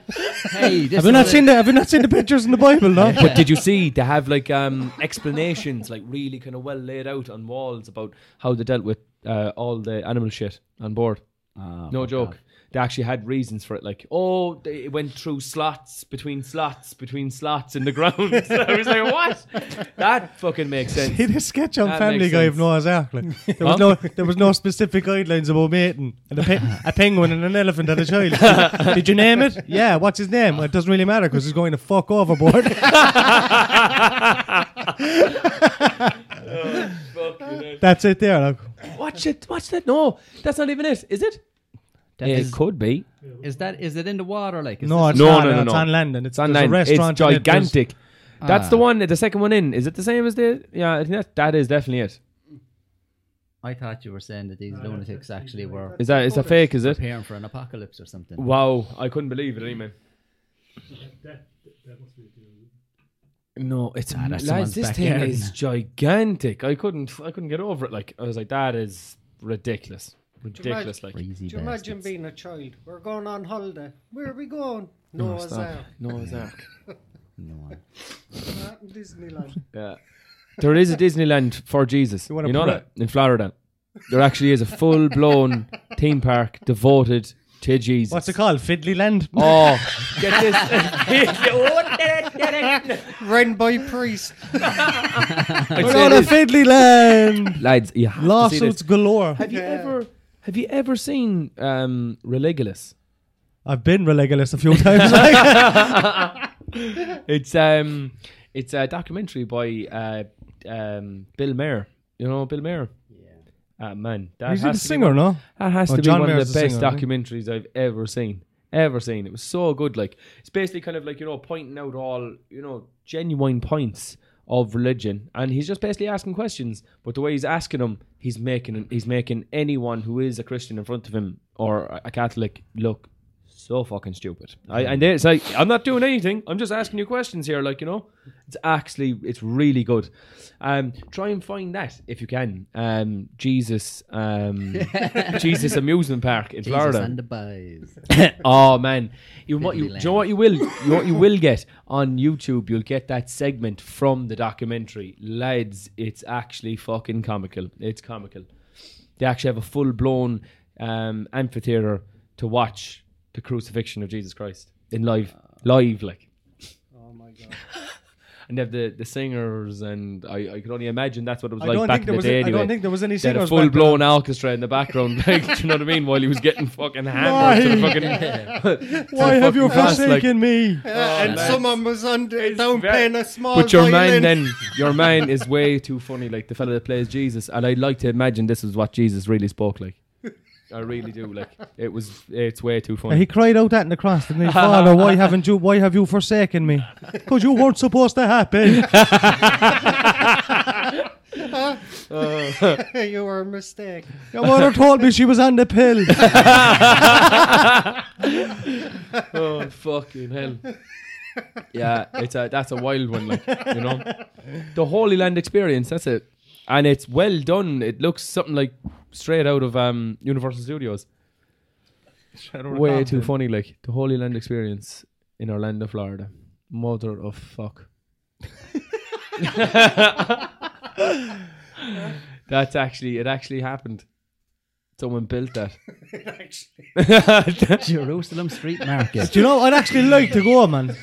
Speaker 1: Hey, this
Speaker 2: Have you
Speaker 1: is
Speaker 2: not
Speaker 1: it.
Speaker 2: seen the Have you not seen the pictures in the Bible? No.
Speaker 5: But did you see they have like um explanations, like really kind of well laid out on walls about how they dealt with uh, all the animal shit on board?
Speaker 1: Ah,
Speaker 5: No
Speaker 1: fuck
Speaker 5: joke.
Speaker 1: off.
Speaker 5: They actually had reasons for it, like oh, they it went through slots between slots between slots in the ground. so I was like, what? That fucking makes sense.
Speaker 2: He did a sketch on
Speaker 5: That
Speaker 2: Family
Speaker 5: makes
Speaker 2: Guy of
Speaker 5: sense.
Speaker 2: Noah's Ark. like. there was
Speaker 5: Huh?
Speaker 2: no there was no specific guidelines about mating. And a, pe- a penguin and an elephant and a child. Did you name it? Yeah. What's his name? Well, it doesn't really matter because he's going to fuck overboard. That's it there. Look.
Speaker 5: Watch it. Watch that. No, that's not even it. Is it?
Speaker 1: That is-
Speaker 5: could be.
Speaker 1: Is that is it in the water? Like is
Speaker 2: No,
Speaker 1: this-
Speaker 2: it's
Speaker 5: No,
Speaker 2: not.
Speaker 5: no, no,
Speaker 2: It's
Speaker 5: no.
Speaker 2: on land and it's,
Speaker 5: It's on
Speaker 2: there's
Speaker 5: nine.
Speaker 2: a restaurant.
Speaker 5: It's
Speaker 2: in it, there's-
Speaker 5: gigantic. That's the
Speaker 1: Ah.
Speaker 5: one. The second one in. Is it the same as the? Yeah, I think that that is definitely it.
Speaker 1: I thought you were saying that these lunatics actually were
Speaker 5: Is that? It's a fake? Is it?
Speaker 1: preparing for an apocalypse or something.
Speaker 5: Wow, I couldn't believe it. I mean. No, it's
Speaker 1: Ah, that's
Speaker 5: lads,
Speaker 1: someone's
Speaker 5: this
Speaker 1: backyard.
Speaker 5: thing is gigantic. I couldn't, I couldn't get over it. Like I was like, that is ridiculous, ridiculous. Like
Speaker 1: Crazy
Speaker 7: Do you imagine
Speaker 1: bastards.
Speaker 7: being a child? We're going on holiday. Where are we going? Noah's Ark.
Speaker 5: Noah's Ark.
Speaker 1: No, I-
Speaker 7: Not in Disneyland.
Speaker 5: Yeah. There is a Disneyland for Jesus. You,
Speaker 2: wanna
Speaker 5: know
Speaker 2: put
Speaker 5: that? In Florida. There actually is a full blown theme park devoted to Jesus.
Speaker 2: What's it called? Fiddly Land.
Speaker 5: Oh, get this.
Speaker 6: Run by priest.
Speaker 5: I'd
Speaker 2: We're
Speaker 5: say
Speaker 2: on a
Speaker 5: this.
Speaker 2: Fiddly Land.
Speaker 5: Lads, you have to see
Speaker 2: Lawsuits
Speaker 5: this.
Speaker 2: galore.
Speaker 5: Have you ever have you ever seen um Religulous?
Speaker 2: I've been Relegalist a few times. like.
Speaker 5: It's um it's a documentary by uh um Bill Mayer. You know Bill Mayer? Yeah. Ah man, that
Speaker 2: Is he
Speaker 5: has
Speaker 2: the
Speaker 5: to be
Speaker 2: singer?
Speaker 5: one-
Speaker 2: No.
Speaker 5: That has
Speaker 2: Oh,
Speaker 5: to be
Speaker 2: John
Speaker 5: one of
Speaker 2: Mayer's
Speaker 5: the
Speaker 2: the
Speaker 5: best
Speaker 2: singer, isn't he?
Speaker 5: documentaries I've ever seen. Ever seen. It was so good. Like it's basically kind of like, you know, pointing out all, you know, genuine points of religion. And he's just basically asking questions. But the way he's asking them, he's making he's making anyone who is a Christian in front of him or a- a Catholic look so fucking stupid. I and they- it's like I'm not doing anything. I'm just asking you questions here, like you know. It's actually it's really good. Um, try and find that if you can. Um, Jesus, um, Jesus amusement park in
Speaker 1: Jesus
Speaker 5: Florida.
Speaker 1: and the boys.
Speaker 5: oh man, you what you, do you know
Speaker 1: Disneyland.
Speaker 5: what you will you know what you will get on YouTube. You'll get that segment from the documentary. Lads, it's actually fucking comical. It's comical. They actually have a full blown um, amphitheater to watch the crucifixion of Jesus Christ in live, live like.
Speaker 7: Oh my god.
Speaker 5: And they have the, the singers, and I, I can only imagine that's what it was
Speaker 2: I
Speaker 5: like
Speaker 2: don't
Speaker 5: back
Speaker 2: think
Speaker 5: in
Speaker 2: there was.
Speaker 5: the day.
Speaker 2: I
Speaker 5: anyway.
Speaker 2: don't think there was any
Speaker 5: They had a
Speaker 2: singers. back
Speaker 5: full
Speaker 2: then.
Speaker 5: blown orchestra in the background, like, do you know what I mean? While he was getting fucking hammered to the fucking. to the
Speaker 2: Why have you
Speaker 5: fucking cross, like-
Speaker 2: forsaken me?
Speaker 5: Oh,
Speaker 6: and someone was on the, down
Speaker 5: very-
Speaker 6: playing a small
Speaker 2: Oh,
Speaker 5: But your man
Speaker 6: violin.
Speaker 5: then, your man is way too funny, like the fella that plays Jesus. And I'd like to imagine this is what Jesus really spoke like. I really do. Like it was, it's way too
Speaker 2: And he
Speaker 5: funny.
Speaker 2: cried out that in the cross, didn't he? Father, why haven't you? Why have you forsaken me? Because you weren't supposed to happen.
Speaker 7: you were a mistake.
Speaker 2: Your mother told me she was on the pill.
Speaker 5: oh fucking hell! Yeah, it's a that's a wild one. Like you know, the Holy Land experience. That's it, and it's well done. It looks something like straight out of um Universal Studios. Way too funny. Like the Holy Land experience in Orlando, Florida. Mother of fuck. That's actually it. Actually happened. Someone built that.
Speaker 1: Jerusalem Street Market.
Speaker 2: Do you know? I'd actually like to go, man.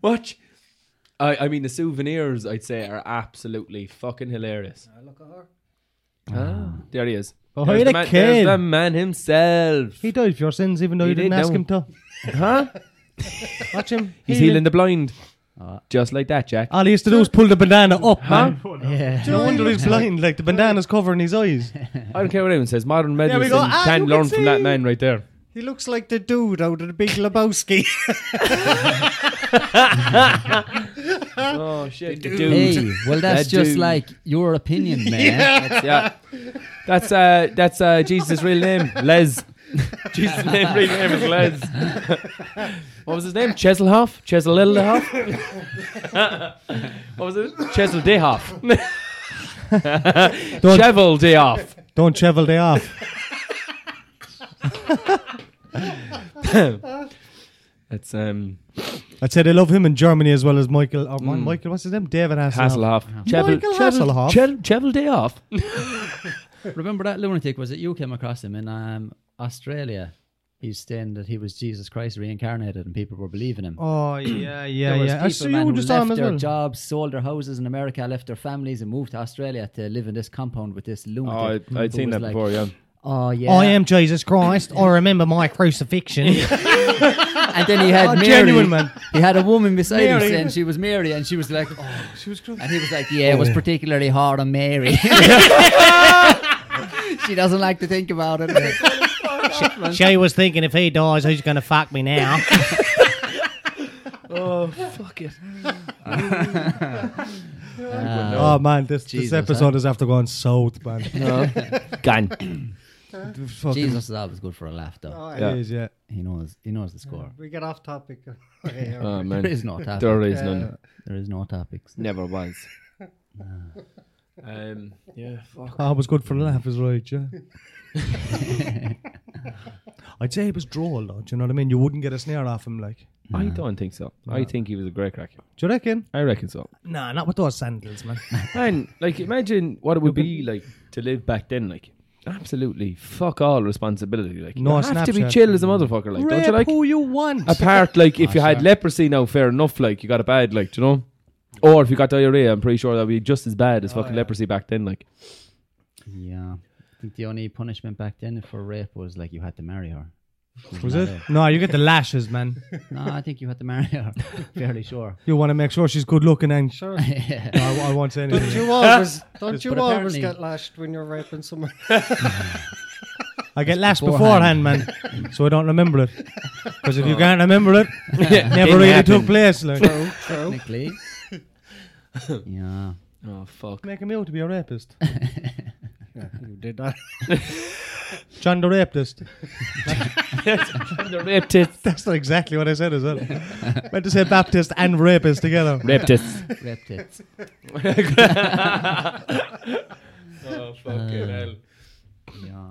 Speaker 5: Watch. I, I mean, the souvenirs, I'd say, are absolutely fucking hilarious.
Speaker 7: Ah, Look at her.
Speaker 5: Ah. There he is.
Speaker 2: Oh,
Speaker 5: There's
Speaker 2: he
Speaker 5: the
Speaker 2: a
Speaker 5: man, there's
Speaker 2: kid.
Speaker 5: the man himself.
Speaker 2: He died for your sins, even though
Speaker 5: He
Speaker 2: you didn't
Speaker 5: did,
Speaker 2: ask
Speaker 5: no.
Speaker 2: him to.
Speaker 5: Huh?
Speaker 2: Watch him.
Speaker 5: He's healing the blind.
Speaker 6: Ah.
Speaker 5: Just like that, Jack.
Speaker 2: All he used to do was pull the bandana up,
Speaker 5: Oh,
Speaker 2: man.
Speaker 4: Oh,
Speaker 1: yeah.
Speaker 2: No wonder he's blind. Like the bandana's covering his eyes.
Speaker 5: I don't care what anyone says. Modern
Speaker 6: we
Speaker 5: medicine
Speaker 6: go. Ah,
Speaker 5: can
Speaker 6: you can
Speaker 5: learn from that
Speaker 6: see.
Speaker 5: man right there.
Speaker 6: He looks like the dude out of the Big Lebowski.
Speaker 5: oh shit, the
Speaker 1: Hey,
Speaker 5: dude.
Speaker 1: well, that's
Speaker 5: That
Speaker 1: just
Speaker 5: dude.
Speaker 1: like your opinion, man.
Speaker 5: yeah, that's uh, that's uh, Jesus' real name, Les. Jesus' name, real name is Les. what was his name? Cheselhoff, Chesel Littlehoff. what was it? Chesel Dayhoff.
Speaker 2: Don't-
Speaker 5: Chevel Dayhoff.
Speaker 2: Don't chevel day off.
Speaker 5: That's um,
Speaker 2: I'd say they love him in Germany as well as Michael. Or Michael, what's his name? David Hasselhoff.
Speaker 5: Mm. Hasselhoff. Chevel,
Speaker 2: Michael
Speaker 5: Chevel,
Speaker 2: Hasselhoff.
Speaker 5: Chevel, Chevel Dayhoff.
Speaker 1: Remember that lunatic? Was it you came across him in um, Australia? He's saying that he was Jesus Christ reincarnated, and people were believing him.
Speaker 2: Oh yeah, yeah,
Speaker 1: there was
Speaker 2: yeah. I
Speaker 1: people,
Speaker 2: see
Speaker 1: man,
Speaker 2: you
Speaker 1: who
Speaker 2: just saw
Speaker 1: left
Speaker 2: him as
Speaker 1: their
Speaker 2: well.
Speaker 1: jobs, sold their houses in America, left their families, and moved to Australia to live in this compound with this lunatic.
Speaker 5: Oh, I, I'd
Speaker 1: who
Speaker 5: seen
Speaker 1: was
Speaker 5: that
Speaker 1: like,
Speaker 5: before. Yeah.
Speaker 1: Oh yeah,
Speaker 2: I am Jesus Christ. I remember my crucifixion.
Speaker 1: And then he had
Speaker 2: Oh,
Speaker 1: Mary.
Speaker 2: genuine, man.
Speaker 1: He had a woman beside
Speaker 2: Mary.
Speaker 1: him, and she was Mary, and she was like, oh.
Speaker 2: she was Oh. crucified.
Speaker 1: and he was like, yeah, it was particularly hard on Mary. she doesn't like to think about it.
Speaker 2: She was thinking if he dies, who's going to fuck me now?
Speaker 1: Uh,
Speaker 2: oh man, this, this
Speaker 1: Jesus, eh?
Speaker 2: episode is after going south, man.
Speaker 5: Gun.
Speaker 2: Fucking-
Speaker 1: Jesus is always good for a laugh, though.
Speaker 7: Oh,
Speaker 2: It
Speaker 5: Yeah.
Speaker 2: is, yeah.
Speaker 1: He knows. He knows the score.
Speaker 7: We get off topic. here.
Speaker 5: Oh
Speaker 1: There
Speaker 5: man,
Speaker 1: is no topic.
Speaker 5: there is
Speaker 7: Uh,
Speaker 5: none.
Speaker 1: There is no topics.
Speaker 5: Never was. um. Yeah. Fuck.
Speaker 2: I was good for a laugh, is right, yeah. I'd say he was droll, though. Do you know what I mean? You wouldn't get a snare off him, like.
Speaker 5: I don't think so. I think he was a great crack.
Speaker 2: Do you reckon?
Speaker 5: I reckon so.
Speaker 2: Nah, not with those sandals, man.
Speaker 5: And like, imagine what it would be like to live back then. Like, absolutely fuck all responsibility. Like,
Speaker 2: No
Speaker 5: you have to be
Speaker 2: Snapchat.
Speaker 5: chill as a motherfucker. Like, don't you like?
Speaker 2: who you want.
Speaker 5: Apart, like, if you had
Speaker 1: sure.
Speaker 5: leprosy now, fair enough. Like, you got a bad, like, do you know. Or if you got diarrhea, I'm pretty sure that'd be just as bad
Speaker 2: Oh,
Speaker 5: as fucking leprosy back then. Like,
Speaker 1: Yeah. I think the only punishment back then for rape was like you had to marry her.
Speaker 2: Was it? No, you get the lashes, man.
Speaker 1: No, I think you had to marry her. Fairly sure.
Speaker 2: You want to make sure she's good looking and.
Speaker 7: Sure.
Speaker 2: No, I, I won't say
Speaker 7: Don't
Speaker 2: anything.
Speaker 7: you always don't
Speaker 1: But
Speaker 7: you always
Speaker 1: apparently-
Speaker 7: get lashed when you're raping someone?
Speaker 2: I get lashed beforehand,
Speaker 1: beforehand.
Speaker 2: man, so I don't remember it. Because if you can't remember it, never
Speaker 5: Didn't
Speaker 2: really
Speaker 5: happen.
Speaker 2: took place. Like.
Speaker 7: True, true.
Speaker 1: Technically. yeah.
Speaker 5: oh fuck.
Speaker 2: Making me out to be a rapist.
Speaker 7: You did that.
Speaker 2: John the Rapist.
Speaker 5: the raped it.
Speaker 2: That's not exactly what I said, is it? meant to say Baptist and rapist together.
Speaker 5: Raped it.
Speaker 1: Rape tits.
Speaker 5: Oh fucking hell.
Speaker 1: Uh, Yeah.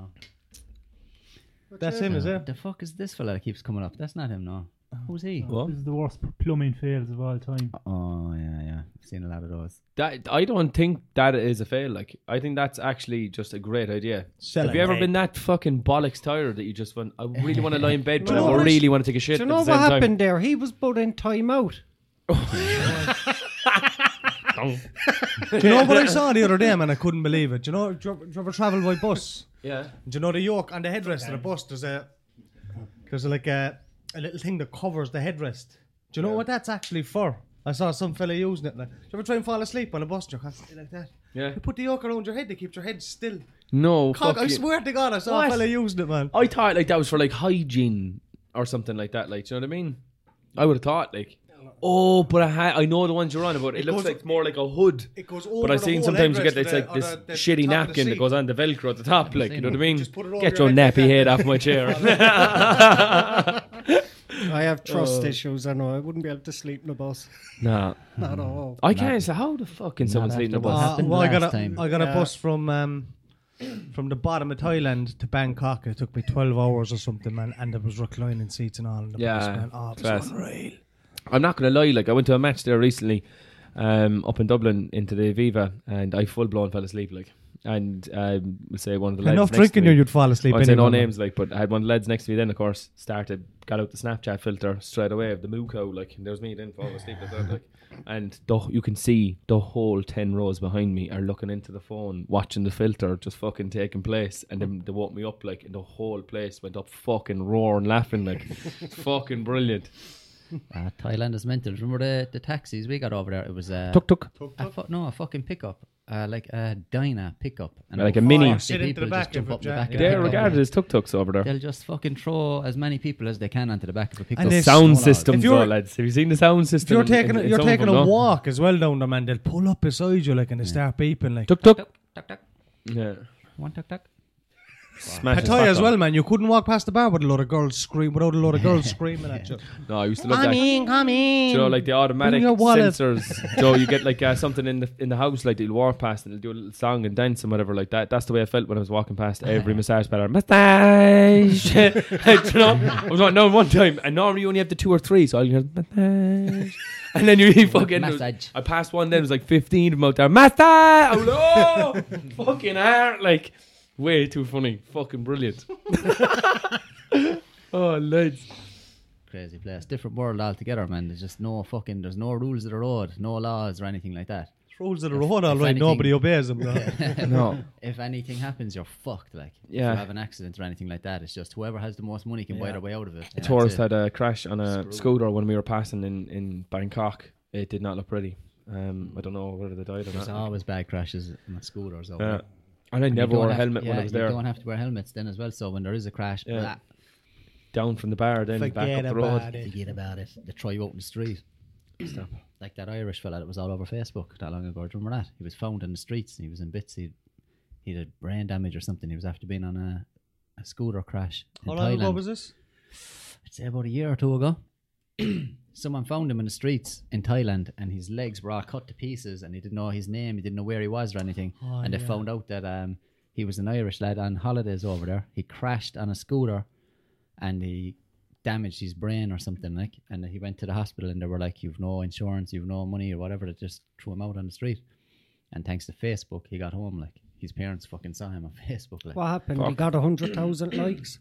Speaker 2: That's him, is
Speaker 1: Uh,
Speaker 2: it?
Speaker 1: the fuck is this fella that keeps coming up? That's not him, no. Who's he?
Speaker 2: Oh.
Speaker 5: What?
Speaker 4: This is the worst plumbing fails of all time.
Speaker 1: Oh, yeah, yeah. I've seen a lot of those.
Speaker 5: That I don't think that is a fail. Like I think that's actually just a great idea.
Speaker 2: Sell
Speaker 5: Have
Speaker 2: it,
Speaker 5: you ever
Speaker 2: mate.
Speaker 5: been that fucking bollocks tired that you just went? I really want to lie in bed, but
Speaker 7: Do you know
Speaker 5: I
Speaker 7: what-
Speaker 5: really want to take a shit.
Speaker 7: Do you
Speaker 5: at
Speaker 7: know
Speaker 5: the
Speaker 7: what
Speaker 5: same
Speaker 7: happened there? He was put in time out.
Speaker 5: Time.
Speaker 2: Do you know what I saw the other day, man? I couldn't believe it. Do you know, do you ever- do you ever travel by bus?
Speaker 5: yeah.
Speaker 2: Do you know the yoke on the headrest of the bus? There's a there's like a, a little thing that covers the headrest. Do you know what that's actually for? I saw some fella using it. Like, do you ever try and fall asleep on a bus? You're constantly like that.
Speaker 5: Yeah.
Speaker 2: You put the yoke around your head. They keep your head still.
Speaker 5: No.
Speaker 2: Cock,
Speaker 5: fuck
Speaker 2: I
Speaker 5: you.
Speaker 2: swear to God, I saw
Speaker 5: What? Oh,
Speaker 2: a fella using it, man.
Speaker 5: I thought like that was for like hygiene or something like that. Like, do you know what I mean? I would have thought like, oh, but I ha- I know the ones you're on about. It, looks
Speaker 2: goes-
Speaker 5: like more like a hood.
Speaker 2: It goes over
Speaker 5: But I've
Speaker 2: the
Speaker 5: seen
Speaker 2: whole
Speaker 5: sometimes you get
Speaker 2: headrest
Speaker 5: it's
Speaker 2: of
Speaker 5: like
Speaker 2: the-
Speaker 5: this
Speaker 2: of the- the
Speaker 5: shitty
Speaker 2: top of the
Speaker 5: napkin that
Speaker 2: seat.
Speaker 5: goes on the velcro at the top, like you know what I mean?
Speaker 2: Just put it over
Speaker 5: Get your
Speaker 2: your head
Speaker 5: nappy
Speaker 2: like
Speaker 5: head off my chair.
Speaker 7: I have trust
Speaker 5: Oh.
Speaker 7: issues. I know I wouldn't be able to sleep in the bus.
Speaker 5: nah,
Speaker 7: Not at all.
Speaker 5: I can't. So how the fuck can someone sleep in a
Speaker 1: after what
Speaker 5: bus?
Speaker 2: Uh,
Speaker 1: happened
Speaker 2: well, I got a,
Speaker 1: last time.
Speaker 2: I got a
Speaker 7: Yeah.
Speaker 2: bus from um, from the bottom of Thailand to Bangkok. It took me twelve hours or something, man. And there was reclining seats and all. In the bus,
Speaker 5: Yeah,
Speaker 2: man. Oh, it was
Speaker 5: class.
Speaker 2: unreal.
Speaker 5: I'm not gonna lie. Like I went to a match there recently, um, up in Dublin into the Aviva, and I full blown fell asleep. Like, and um, we'll say one of the lads
Speaker 2: Enough
Speaker 5: next Oh, to
Speaker 2: drinking,
Speaker 5: me-
Speaker 2: you you'd fall asleep.
Speaker 5: I'd say
Speaker 2: anyway,
Speaker 5: no
Speaker 2: man.
Speaker 5: names, like, but I had one of the lads next to me. Then, of course, started got out the Snapchat filter straight away of the moo cow, like, and there was me then falling asleep like that, like, and the, you can see the whole ten rows behind me are looking into the phone, watching the filter just fucking taking place, and then they woke me up, like, and the whole place went up fucking roaring, laughing, like, it's fucking brilliant.
Speaker 1: Uh, Thailand is mental. Remember the, the taxis we got over there? It was uh,
Speaker 5: Tuk tuk.
Speaker 1: a fu- no, a fucking pickup. uh, like a Dyna pickup, and
Speaker 5: Like
Speaker 1: how
Speaker 5: a mini.
Speaker 1: fucking
Speaker 2: Sit into the
Speaker 1: people just
Speaker 2: back
Speaker 1: jump
Speaker 2: of it,
Speaker 1: up the
Speaker 2: Jack.
Speaker 1: back of
Speaker 2: Yeah,
Speaker 1: the
Speaker 5: They're
Speaker 1: pickup.
Speaker 5: regarded as tuk tuks over there.
Speaker 1: They'll just fucking throw as many people as they can onto the back of a pickup.
Speaker 2: And
Speaker 5: The
Speaker 2: Yes.
Speaker 5: sound
Speaker 2: Hold on.
Speaker 5: system,
Speaker 2: If you're-
Speaker 5: though, lads. Have you seen the sound
Speaker 2: If
Speaker 5: system?
Speaker 2: you're
Speaker 5: in-
Speaker 2: taking
Speaker 5: in-
Speaker 2: a,
Speaker 5: in
Speaker 2: you're
Speaker 5: some of
Speaker 2: taking
Speaker 5: them,
Speaker 2: a
Speaker 5: no?
Speaker 2: walk as well down there, man. They'll pull up beside you like and they start beeping like.
Speaker 5: Tuk tuk.
Speaker 1: Tuck, tuck,
Speaker 5: Yeah.
Speaker 1: one tuck, tuck.
Speaker 5: Smash
Speaker 2: I
Speaker 5: his
Speaker 2: tell you
Speaker 5: back
Speaker 2: as
Speaker 5: on.
Speaker 2: well, man. You couldn't walk past the bar with a lot of girls scream without a lot of girls screaming at you.
Speaker 5: No, I used to love that.
Speaker 2: in, come in.
Speaker 5: Do you know, like the automatic
Speaker 2: Bring your wallet.
Speaker 5: sensors. Joe, you get like uh, something in the in the house, like they'll walk past and they'll do a little song and dance and whatever like that. That's the way I felt when I was walking past every massage parlor. Massage, Do you know, I was on no one time, and normally you only have the two or three, so I'll hear massage, and then you hear fucking
Speaker 1: Massage.
Speaker 5: I passed one, then it was like fifteen of them out there. Massage, I was like, oh, fucking art, like way too funny, fucking brilliant. oh, lads.
Speaker 1: Crazy place, different world altogether, man. There's just no fucking, there's no rules of the road, no laws or anything like that.
Speaker 2: Rules of the road, all
Speaker 1: if
Speaker 2: right.
Speaker 1: anything-
Speaker 2: Nobody obeys them. though.
Speaker 5: No.
Speaker 1: If anything happens, you're fucked. Like, if
Speaker 5: Yeah.
Speaker 1: you have an accident or anything like that, it's just whoever has the most money can buy their way out of it. and
Speaker 5: A
Speaker 1: that's
Speaker 5: tourist
Speaker 1: it.
Speaker 5: had a crash on a scooter when we were passing in, in Bangkok. It did not look pretty. Um, I don't know whether they died or
Speaker 1: There's
Speaker 5: not.
Speaker 1: always bad crashes on scooters. out
Speaker 5: Yeah.
Speaker 1: there.
Speaker 5: And I
Speaker 1: You
Speaker 5: never
Speaker 1: don't
Speaker 5: wore a
Speaker 1: have-
Speaker 5: helmet when
Speaker 1: yeah,
Speaker 5: I was
Speaker 1: You
Speaker 5: there.
Speaker 1: don't have to wear helmets then as well. So when there is a crash,
Speaker 5: Yeah.
Speaker 1: blah,
Speaker 5: Down from the bar, then back up
Speaker 2: Forget
Speaker 5: the road.
Speaker 2: about it.
Speaker 1: forget about it. They throw you out in the street. like that Irish fella that was all over Facebook that long ago. Do you remember that? He was found in the streets. and He was in bits. He he had brain damage or something. He was after being on a, a scooter crash in
Speaker 2: How long
Speaker 1: Thailand.
Speaker 2: ago was this?
Speaker 1: I'd say about a year or two ago. Someone found him in the streets in Thailand, and his legs were all cut to pieces, and he didn't know his name, he didn't know where he was or anything.
Speaker 5: Oh,
Speaker 1: and they found out that um, he was an Irish lad on holidays over there. He crashed on a scooter, and he damaged his brain or something like. And he went to the hospital, and they were like, "You've no insurance, you've no money or whatever." They just threw him out on the street. And thanks to Facebook, he got home. Like his parents fucking saw him on Facebook. Like
Speaker 7: What happened? He got 100,000 likes.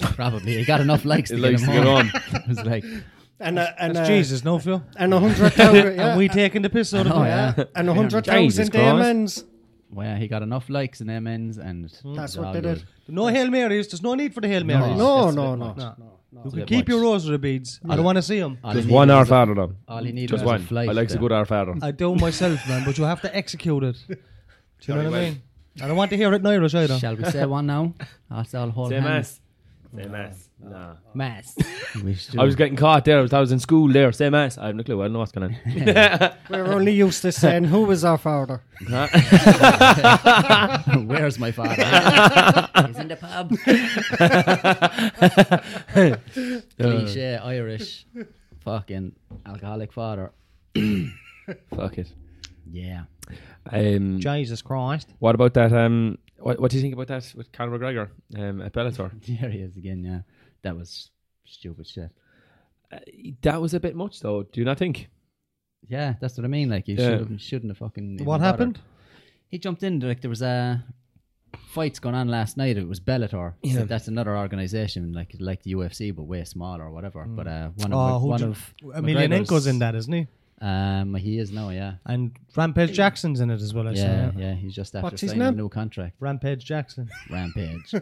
Speaker 1: probably he got enough likes to
Speaker 5: It
Speaker 1: get
Speaker 5: likes
Speaker 1: him
Speaker 5: to get
Speaker 1: home.
Speaker 5: on.
Speaker 1: it was like.
Speaker 7: And a, and
Speaker 2: That's
Speaker 7: a,
Speaker 2: Jesus, no Phil.
Speaker 7: And 100,000. yeah.
Speaker 2: And we taking the piss out of
Speaker 1: Oh
Speaker 2: him.
Speaker 1: yeah.
Speaker 7: and
Speaker 5: Jesus
Speaker 7: 100,000
Speaker 5: Christ.
Speaker 7: diamonds.
Speaker 1: Well, yeah, he got enough likes and amens, and
Speaker 7: That's
Speaker 1: it's
Speaker 7: what
Speaker 1: all
Speaker 7: they
Speaker 1: good.
Speaker 7: did.
Speaker 2: No Hail Marys. There's no need for the Hail Marys.
Speaker 7: No,
Speaker 1: That's a
Speaker 7: no,
Speaker 1: bit
Speaker 7: no,
Speaker 1: much.
Speaker 7: no.
Speaker 2: You
Speaker 1: It's a
Speaker 2: can
Speaker 1: bit
Speaker 2: keep your
Speaker 1: much.
Speaker 2: rosary beads. I don't want to see them.
Speaker 1: All he
Speaker 5: Just
Speaker 1: needed
Speaker 5: one
Speaker 1: was
Speaker 5: R
Speaker 1: a-
Speaker 5: Father, though.
Speaker 1: All he needed
Speaker 5: Just
Speaker 1: was
Speaker 5: one.
Speaker 1: a flight.
Speaker 5: I like a
Speaker 1: then.
Speaker 5: good R Father.
Speaker 2: I do myself, man. But you have to execute it. Do you know what I mean? I don't want to hear it in Irish either.
Speaker 1: Shall we say one now? That's all whole
Speaker 5: Same
Speaker 1: hands.
Speaker 5: ass. Same ass. Nah.
Speaker 1: Mass.
Speaker 5: I was getting caught there. I was, I was in school there. Same ass. I have no clue. I don't know what's going on.
Speaker 7: We're only used to saying, who was our father?
Speaker 1: Where's my father? He's in the pub. Cliche
Speaker 5: Uh.
Speaker 1: Irish, fucking alcoholic father.
Speaker 5: Fuck it.
Speaker 1: Yeah.
Speaker 5: Um,
Speaker 2: Jesus Christ.
Speaker 5: what about that? Um, what, what do you think about that with Conor McGregor um, at Bellator?
Speaker 1: There he is again. Yeah, that was stupid shit.
Speaker 5: Uh, That was a bit much, though. Do you not think?
Speaker 1: Yeah, that's what I mean. Like you
Speaker 5: Yeah.
Speaker 1: shouldn't, shouldn't have fucking. even
Speaker 2: What
Speaker 1: bothered.
Speaker 2: happened?
Speaker 1: He jumped in. Like there was a fights going on last night. It was Bellator. So
Speaker 5: Yeah.
Speaker 1: that's another organization like like the UFC, but way smaller or whatever. But uh, one of
Speaker 2: Oh, who
Speaker 1: one
Speaker 2: ju-
Speaker 1: of
Speaker 2: Emelianenko's
Speaker 1: McGregor's-
Speaker 2: in that, isn't he?
Speaker 1: Um, he is now. Yeah,
Speaker 2: And Rampage Jackson's in it as well. I
Speaker 1: yeah,
Speaker 2: saw.
Speaker 1: yeah. He's just after
Speaker 7: What's his
Speaker 1: signing a
Speaker 7: name?
Speaker 1: new contract.
Speaker 2: Rampage Jackson.
Speaker 1: Rampage.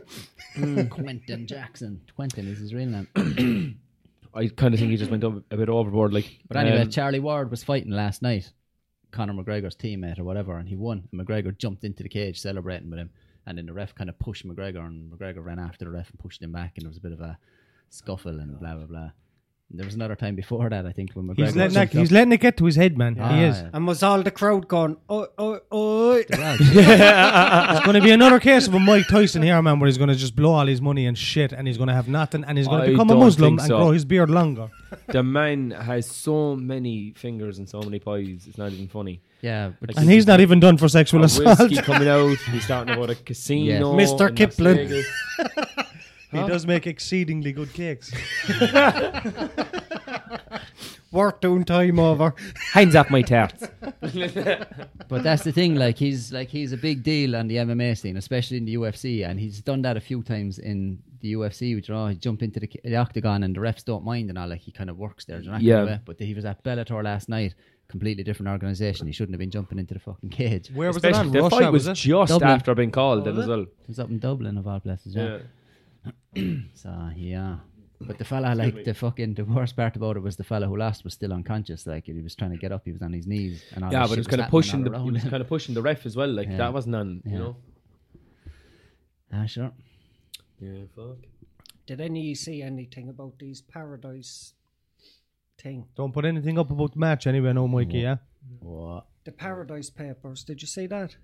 Speaker 1: Quentin Jackson. Quentin is his real name.
Speaker 5: I kind of think he just went up a bit overboard. Like,
Speaker 1: But anyway,
Speaker 5: um,
Speaker 1: Charlie Ward was fighting last night, Conor McGregor's teammate or whatever, and he won. And McGregor jumped into the cage celebrating with him, and then the ref kind of pushed McGregor, and McGregor ran after the ref and pushed him back, and there was a bit of a scuffle and blah blah blah. And there was another time before that, I think, when McGregor
Speaker 2: He's letting, that,
Speaker 1: jumped
Speaker 2: he's
Speaker 1: up-
Speaker 2: letting it get to his head, man.
Speaker 1: Ah,
Speaker 2: He is.
Speaker 1: yeah.
Speaker 7: And was all the crowd going, oh, oh, oh.
Speaker 1: "Ah,
Speaker 2: It's going to be another case of a Mike Tyson here, man, where he's going to just blow all his money and shit, and he's going to have nothing, and he's going
Speaker 5: I
Speaker 2: to become a
Speaker 5: don't
Speaker 2: Muslim
Speaker 5: think
Speaker 2: and
Speaker 5: so.
Speaker 2: grow his beard longer.
Speaker 5: the man has so many fingers and so many pies. It's not even funny.
Speaker 1: Yeah, but
Speaker 2: And he's not even done for sexual
Speaker 5: A
Speaker 2: assault.
Speaker 5: whiskey coming out. He's starting about a casino.
Speaker 1: Yes.
Speaker 7: Mr.
Speaker 5: in Las
Speaker 7: Kipling.
Speaker 5: Vegas.
Speaker 2: He does make exceedingly good cakes.
Speaker 7: Worth doing time over.
Speaker 5: Hands off my tarts.
Speaker 1: But that's the thing, like he's like he's a big deal on the MMA scene, especially in the UFC, and he's done that a few times in the UFC. Which you know, he jumped into the, ca- the octagon and the refs don't mind and all. Like he kind of works there, you know,
Speaker 5: Yeah.
Speaker 1: way. But he was at Bellator last night, completely different organization. He shouldn't have been jumping into the fucking cage.
Speaker 2: Where was
Speaker 5: Especially
Speaker 2: it
Speaker 5: the
Speaker 2: on? Russia,
Speaker 5: fight
Speaker 2: was,
Speaker 5: was,
Speaker 2: it?
Speaker 5: just
Speaker 1: Dublin.
Speaker 5: after being called in as well.
Speaker 1: He was up in Dublin of all places, yeah. So yeah, But the fella, like the fucking, the worst part about it was the fella who lost was still unconscious. Like he was trying to get up, he was on his knees, and all
Speaker 5: Yeah,
Speaker 1: this
Speaker 5: but
Speaker 1: shit
Speaker 5: it was kind
Speaker 1: happening
Speaker 5: of
Speaker 1: all
Speaker 5: pushing the
Speaker 1: around
Speaker 5: it was
Speaker 1: him.
Speaker 5: kind of pushing the ref as well. Like
Speaker 1: Yeah.
Speaker 5: that wasn't on, you
Speaker 1: Yeah.
Speaker 5: know.
Speaker 1: Ah, sure.
Speaker 5: Yeah, fuck.
Speaker 7: Did any see anything about these paradise thing?
Speaker 2: Don't put anything up about the match anyway, no, Mikey, yeah?
Speaker 1: What?
Speaker 7: The paradise papers. Did you see that?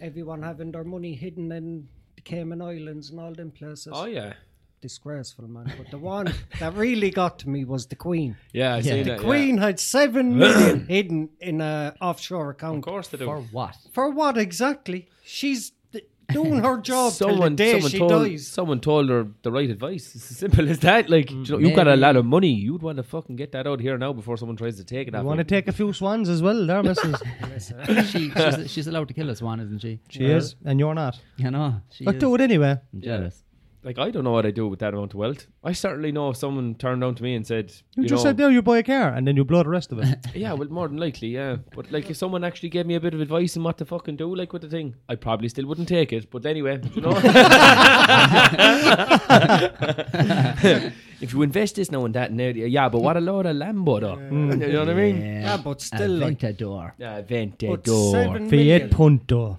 Speaker 7: Everyone having their money hidden in the Cayman Islands and all them places.
Speaker 5: Oh yeah,
Speaker 7: Disgraceful, man. But the one that really got to me was the Queen.
Speaker 5: yeah. I seen that, yeah.
Speaker 7: Queen had seven million hidden in a offshore
Speaker 5: Of
Speaker 7: account.
Speaker 5: course they do.
Speaker 1: For what?
Speaker 7: For what exactly? She's d- doing her job till the
Speaker 5: someone,
Speaker 7: day
Speaker 5: someone
Speaker 7: she
Speaker 5: told,
Speaker 7: dies. Mm.
Speaker 5: someone told her the right advice. It's as simple as that. Like you know, you've got a
Speaker 1: Maybe.
Speaker 5: lot of money. You'd want to fucking get that out here now before someone tries to take it.
Speaker 2: You
Speaker 5: off
Speaker 2: want to
Speaker 5: you.
Speaker 2: take a few swans as well there, missus?
Speaker 1: She, she's, she's allowed to kill us, one, isn't she?
Speaker 2: she is, and you're not.
Speaker 1: You know, she
Speaker 2: But
Speaker 1: is.
Speaker 2: do it anyway.
Speaker 1: I'm jealous.
Speaker 5: Like I don't know what I do with that amount of wealth. I certainly know if someone turned around to me and said,
Speaker 2: You,
Speaker 5: "You,
Speaker 2: just
Speaker 5: know,
Speaker 2: said there you buy a car and then you blow the rest of it.
Speaker 5: yeah, well, more than likely, yeah." But like, if someone actually gave me a bit of advice on what to fucking do, like with the thing, I probably still wouldn't take it. But anyway, you know, if you invest this now and that and that, yeah, but what a load of Lambo, though. You know what I mean?
Speaker 7: Yeah, but still, like,
Speaker 1: Aventador.
Speaker 5: Yeah, Vente
Speaker 7: but
Speaker 5: door.
Speaker 7: seven million.
Speaker 2: Fiat Punto.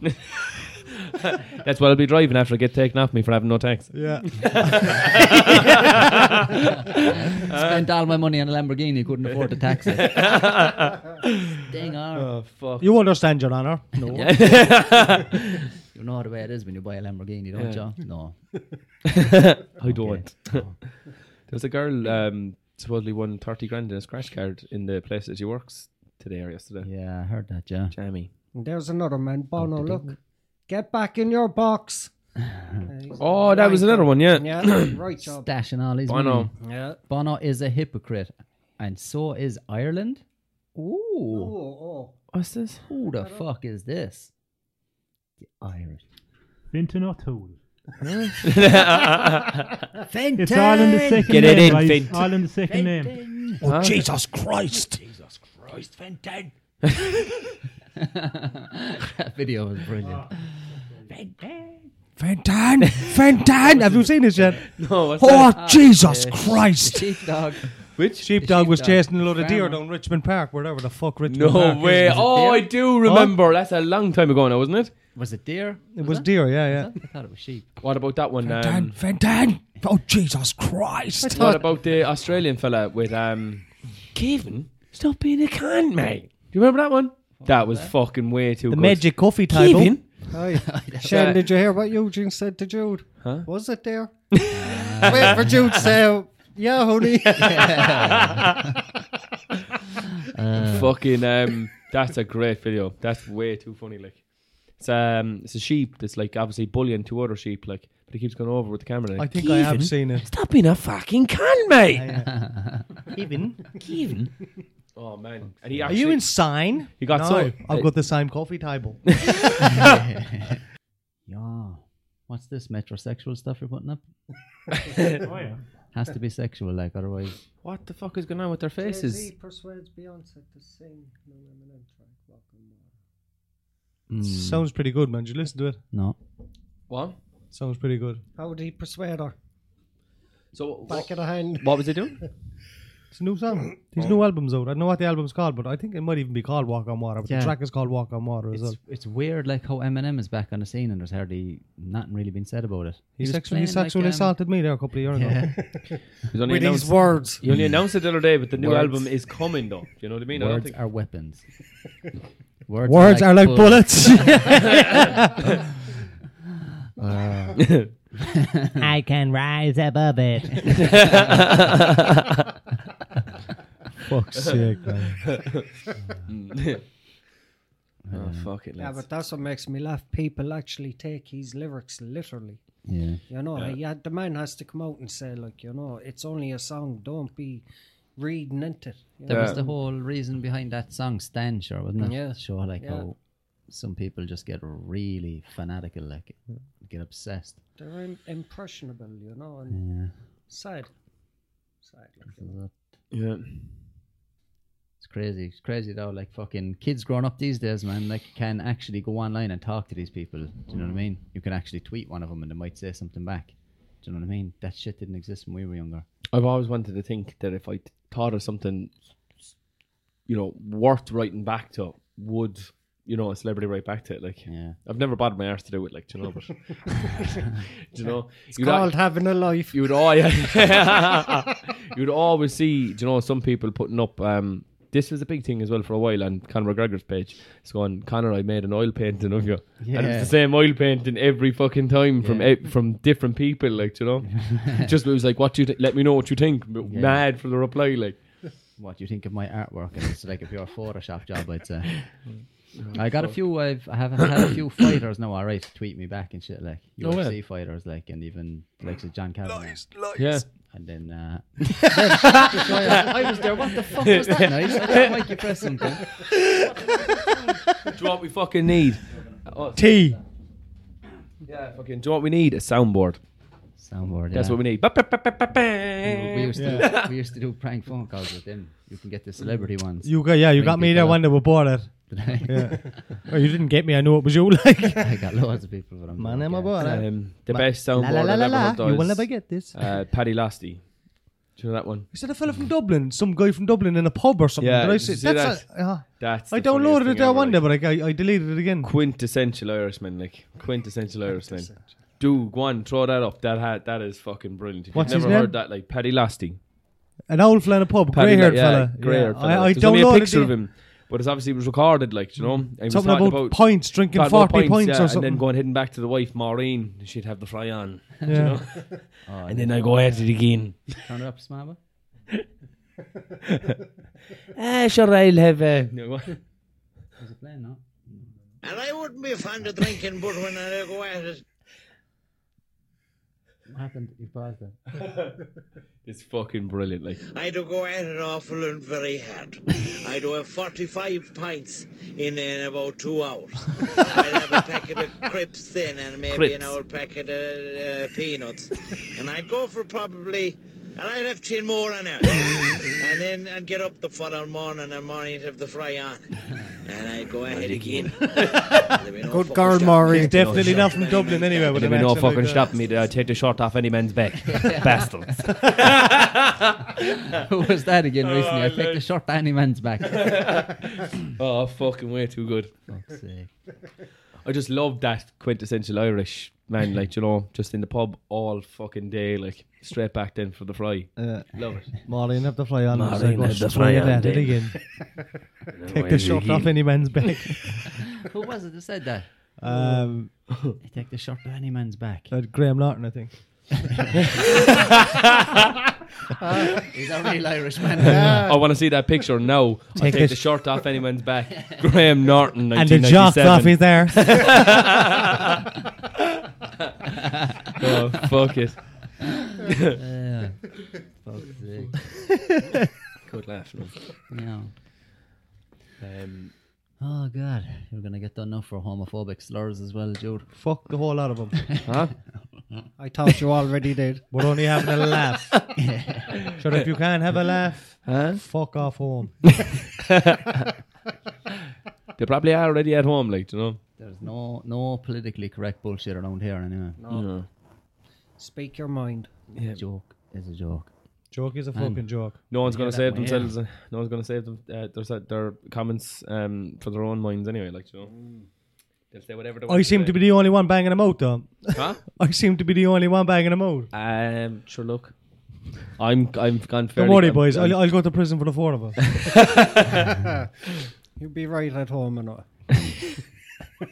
Speaker 5: That's what I'll be driving after I get taken off me for having no tax.
Speaker 2: yeah.
Speaker 1: Spent all my money on a Lamborghini, couldn't afford the taxi. Dang on.
Speaker 5: Oh fuck!
Speaker 2: You understand, Your Honor. No.
Speaker 1: You know the way it is when you buy a Lamborghini, don't
Speaker 5: Yeah.
Speaker 1: you? No.
Speaker 5: I don't. There's a girl um, supposedly won thirty grand in a scratch card in the place that she works today or yesterday.
Speaker 1: Yeah, I heard that, yeah.
Speaker 5: Jamie.
Speaker 7: And there's another man, Bono. Look, get back in your box.
Speaker 5: Oh, that was another one. Yeah.
Speaker 7: Yeah, right job.
Speaker 1: Stashing all his
Speaker 5: Bono.
Speaker 1: money.
Speaker 7: Yeah.
Speaker 1: Bono is a hypocrite, and so is Ireland.
Speaker 7: Oh,
Speaker 1: Ooh,
Speaker 7: oh.
Speaker 5: What's this?
Speaker 1: who the fuck is this? The Irish.
Speaker 4: Fintan O'Toole.
Speaker 1: Fenton!
Speaker 4: It's all in the second
Speaker 5: Get it
Speaker 4: name.
Speaker 5: in,
Speaker 4: guys.
Speaker 5: Fint.
Speaker 4: All in the second name.
Speaker 5: Huh?
Speaker 6: Jesus Christ. Jesus Christ, Fenton.
Speaker 1: that video was brilliant.
Speaker 6: Fenton. Fenton. Have you seen this yet?
Speaker 5: No. What's
Speaker 6: Oh, Jesus Christ.
Speaker 1: Sheepdog.
Speaker 5: Which?
Speaker 2: Sheepdog was
Speaker 1: sheepdog.
Speaker 2: chasing a load of deer
Speaker 1: Grandma.
Speaker 2: down Richmond Park, wherever the fuck Richmond
Speaker 5: No
Speaker 2: Park is.
Speaker 5: way. Oh,
Speaker 1: deer?
Speaker 5: I do remember. That's a long time ago now, wasn't it?
Speaker 1: Was it deer?
Speaker 2: It was deer, yeah,
Speaker 1: I thought it was sheep.
Speaker 5: What about that one?
Speaker 6: Fenton.
Speaker 5: Um,
Speaker 6: Fenton. Oh, Jesus Christ.
Speaker 5: what about the Australian fella with um, Kevin? Stop being a cunt, mate. Do you remember that one? That was fucking way too
Speaker 2: yeah. The
Speaker 5: good.
Speaker 2: magic coffee table.
Speaker 5: Kevin.
Speaker 7: Aye. Shane,
Speaker 5: that-
Speaker 7: did you hear what Eugene said to Jude?
Speaker 5: Huh?
Speaker 7: Was it there? Wait for Jude to say, yeah, honey.
Speaker 5: Fucking um, that's a great video. That's way too funny. Like, it's um, it's a sheep that's like obviously bullying two other sheep. Like, but he keeps going over with the camera.
Speaker 2: I
Speaker 5: Like,
Speaker 2: think I have seen it.
Speaker 5: stop being a fucking cunt, mate.
Speaker 2: Even?
Speaker 5: Kevin. Oh man, and he
Speaker 2: Are
Speaker 5: actually
Speaker 2: you in sign?
Speaker 5: He got
Speaker 2: no,
Speaker 5: so-
Speaker 2: I've got the same coffee table.
Speaker 1: Yeah. What's this metrosexual stuff you're putting up?
Speaker 4: Oh, yeah.
Speaker 1: Has to be sexual, like otherwise.
Speaker 5: what the fuck is going on with their faces?
Speaker 7: Jay-Z persuades Beyonce to sing No Eminem track, Rock and Roll.
Speaker 5: Hmm.
Speaker 1: Mm,
Speaker 2: Sounds pretty good, man. Did you listen to it?
Speaker 1: no.
Speaker 5: What?
Speaker 2: Sounds pretty good.
Speaker 7: How did he persuade her?
Speaker 5: So
Speaker 7: Back
Speaker 5: what,
Speaker 7: of the hand.
Speaker 5: what was he doing?
Speaker 2: It's a new song. These new album's out. I don't know what the album's called, but I think it might even be called Walk on Water. But
Speaker 1: Yeah.
Speaker 2: the track is called Walk on Water as
Speaker 1: It's,
Speaker 2: well.
Speaker 1: it's weird, like how Eminem is back on the scene and there's hardly nothing really been said about it.
Speaker 2: He
Speaker 1: was
Speaker 2: sexually, he
Speaker 1: playing, like,
Speaker 2: sexually
Speaker 1: um,
Speaker 2: assaulted me there a couple of years ago.
Speaker 5: He's only
Speaker 7: With
Speaker 5: announced.
Speaker 7: these words.
Speaker 5: he only announced it the other day, but the new
Speaker 1: Words.
Speaker 5: album is coming though. You know what I mean? I don't
Speaker 1: Words
Speaker 5: think
Speaker 1: are weapons. Words,
Speaker 2: Words are like
Speaker 1: bullets.
Speaker 2: bullets.
Speaker 8: I can rise above it.
Speaker 2: Fuck's sake, man.
Speaker 5: oh fuck it,
Speaker 7: Yeah,
Speaker 5: lads.
Speaker 7: but that's what makes me laugh. People actually take his lyrics literally.
Speaker 1: Yeah.
Speaker 7: You know, he had, the man has to come out and say, like, you know, it's only a song. Don't be reading into it. You
Speaker 1: There
Speaker 7: know?
Speaker 1: was the whole reason behind that song, Stan, sure, wasn't it?
Speaker 7: Yeah.
Speaker 1: Sure, like
Speaker 7: Yeah.
Speaker 1: how some people just get really fanatical, like get obsessed.
Speaker 7: They're im- impressionable, you know, and
Speaker 1: Yeah.
Speaker 7: sad. Sad. Like, you know.
Speaker 5: Yeah.
Speaker 1: It's crazy. It's crazy though. Like fucking kids growing up these days, man, like can actually go online and talk to these people. Do you know
Speaker 7: Mm.
Speaker 1: what I mean? You can actually tweet one of them and they might say something back. Do you know what I mean? That shit didn't exist when we were younger.
Speaker 5: I've always wanted to think that if I t- thought of something, you know, worth writing back to, would you know a celebrity write back to it? Like,
Speaker 1: Yeah.
Speaker 5: I've never bothered my arse to do it, like, do you know, but do you know,
Speaker 6: It's
Speaker 5: you'd al-
Speaker 6: called having a life.
Speaker 5: you'd all, yeah, you'd always see, do you know, some people putting up. um this was a big thing as well for a while on Conor McGregor's page. It's going, Conor, I made an oil painting of you, and
Speaker 1: Yeah.
Speaker 5: it's the same oil painting every fucking time from
Speaker 1: Yeah.
Speaker 5: e- from different people, like do you know. Just it was like, what do you th- let me know what you think? but
Speaker 1: Yeah.
Speaker 5: Mad for the reply, like.
Speaker 1: what do you think of my artwork? And it's like a pure Photoshop job, I'd say. I got a few. I've I have had a few fighters now. All right, tweet me back and shit like
Speaker 5: No way.
Speaker 1: UFC fighters, like and even like say John Cavanaugh.
Speaker 5: Yeah.
Speaker 1: And then uh, I was there. What the fuck was that? Nice. I thought Mike, you pressed something.
Speaker 5: Do you know what we fucking need? Oh,
Speaker 6: Tea.
Speaker 5: yeah, fucking. Do you know what we need? A soundboard.
Speaker 1: Soundboard.
Speaker 5: That's
Speaker 1: yeah.
Speaker 5: what we need. Ba- ba- ba- ba- ba.
Speaker 1: We used, to, we used to do prank phone calls with them. You can get the celebrity ones.
Speaker 2: You got yeah, you
Speaker 1: Bring
Speaker 2: got me
Speaker 1: people
Speaker 2: there
Speaker 1: up.
Speaker 2: when they were bought it. Yeah. oh, you didn't get me. I knew it was you. Like,
Speaker 1: I got loads of people. But I'm
Speaker 2: man, I'm
Speaker 1: yeah.
Speaker 2: a baller.
Speaker 5: Um, the best soundboard
Speaker 2: La la la la
Speaker 5: I've ever
Speaker 2: la.
Speaker 5: heard
Speaker 2: You
Speaker 5: of
Speaker 2: will
Speaker 5: is,
Speaker 2: never get this.
Speaker 5: uh, Paddy Lasty. Do you know that one?
Speaker 2: Is that a fella from Dublin? Some guy from Dublin in a pub or something?
Speaker 5: Yeah,
Speaker 2: Did I
Speaker 5: you
Speaker 2: see,
Speaker 5: see
Speaker 2: that's a- yeah.
Speaker 5: That's
Speaker 2: I
Speaker 5: the funniest
Speaker 2: downloaded
Speaker 5: thing
Speaker 2: it there
Speaker 5: ever,
Speaker 2: one day,
Speaker 5: like.
Speaker 2: but I, I deleted it again.
Speaker 5: quintessential Irishman, like quintessential Irishman. Do go on, throw that up. That ha- that is fucking brilliant. If
Speaker 2: What's
Speaker 5: you've
Speaker 2: his
Speaker 5: never heard
Speaker 2: name?
Speaker 5: that, like Paddy Lasty,
Speaker 2: An old fella in a pub,
Speaker 5: Paddy
Speaker 2: grey haired
Speaker 5: La-
Speaker 2: fella.
Speaker 5: grey haired
Speaker 2: Yeah,
Speaker 5: fella.
Speaker 2: I, I
Speaker 5: There's only a
Speaker 2: downloaded
Speaker 5: picture
Speaker 2: it.
Speaker 5: of him, but it's obviously it was recorded, like do you know. And he was
Speaker 2: Something
Speaker 5: talking
Speaker 2: about, pints, drinking
Speaker 5: talking about
Speaker 2: 40 pints,
Speaker 5: yeah,
Speaker 2: or
Speaker 5: and then
Speaker 2: something.
Speaker 5: going heading back to the wife Maureen. She'd have the fry on,
Speaker 2: yeah.
Speaker 5: and then I go at it again.
Speaker 1: Turn it up, Smaba.
Speaker 5: Ah, sure, I'll have. Uh, no,
Speaker 1: Is it playing? No.
Speaker 9: And I wouldn't be fond of drinking, but when I go at it,
Speaker 1: What happened? You paused it.
Speaker 5: it's fucking brilliant. Like
Speaker 9: I do go at it awful and very hard. I do have 45 pints in, in about two hours. I'd have a packet of crisps then and maybe an
Speaker 5: Crisps.
Speaker 9: old packet of uh, peanuts. And I'd go for probably, and I'd have 10 more an hour. and then I'd get up the following morning and morning to have the fry on. And I'd go ahead again.
Speaker 6: Good girl, Maury.
Speaker 5: Oh,
Speaker 2: Definitely not from Dublin anyway. With
Speaker 5: There'll be
Speaker 2: an
Speaker 5: no
Speaker 2: accent like uh,
Speaker 5: fucking
Speaker 2: that.
Speaker 5: stopping me. I take the shirt off any man's back, bastards.
Speaker 1: Who was that again recently? I picked the short Danny man's back.
Speaker 5: Oh, fucking way too good.
Speaker 1: Fuck's sake.
Speaker 5: I just love that quintessential Irish man, like you know, just in the pub all fucking day, like straight back then for the fry.
Speaker 2: Yeah.
Speaker 5: Love it.
Speaker 2: Maureen have the fly on.
Speaker 3: Maureen
Speaker 2: so I go
Speaker 3: have the
Speaker 2: straight
Speaker 3: fly on,
Speaker 2: at it
Speaker 3: then.
Speaker 2: again. Take the shirt off any man's back.
Speaker 1: Who was it that said that?
Speaker 2: Um,
Speaker 1: I take the short Danny man's back.
Speaker 2: uh, Graham Norton, I think.
Speaker 1: He's a real Irish man.
Speaker 5: I want to see that picture now. I
Speaker 2: Take
Speaker 5: take
Speaker 2: it.
Speaker 5: the shirt off any man's back. Graham Norton,
Speaker 2: And the jock's off
Speaker 5: 1997.
Speaker 2: his there.
Speaker 5: Oh, fuck it.
Speaker 1: yeah. Fuck's sake.
Speaker 5: Good laugh. No.
Speaker 1: Yeah.
Speaker 5: Um,
Speaker 1: Oh god, you're gonna get done now for homophobic slurs as well, Jude.
Speaker 2: Fuck the whole lot of them.
Speaker 5: huh?
Speaker 6: I thought you already did.
Speaker 2: We're only having a laugh. sure, if you can't have a laugh,
Speaker 5: Huh?
Speaker 2: fuck off home.
Speaker 5: They probably are already at home, like you know.
Speaker 1: There's no no politically correct bullshit around here anyway.
Speaker 5: No.
Speaker 7: Speak your mind.
Speaker 1: Joke is a joke.
Speaker 2: Joke is a
Speaker 5: Mm.
Speaker 2: fucking joke.
Speaker 5: No one's gonna
Speaker 1: that
Speaker 5: save
Speaker 1: way, yeah.
Speaker 5: themselves. uh, No one's gonna save them. Uh, their, their comments um, for their own minds anyway. Like you know, Mm. they'll say whatever. They want
Speaker 2: I seem to
Speaker 5: say.
Speaker 2: be the only one banging them out, though.
Speaker 5: Huh?
Speaker 2: I seem to be the only one banging them out.
Speaker 5: Um, sure. Look, I'm I'm gone.
Speaker 2: Don't
Speaker 5: fairly-
Speaker 2: worry,
Speaker 5: I'm-
Speaker 2: boys.
Speaker 5: I'm-
Speaker 2: I'll, I'll go to prison for the four of us.
Speaker 7: You'll be right at home and all.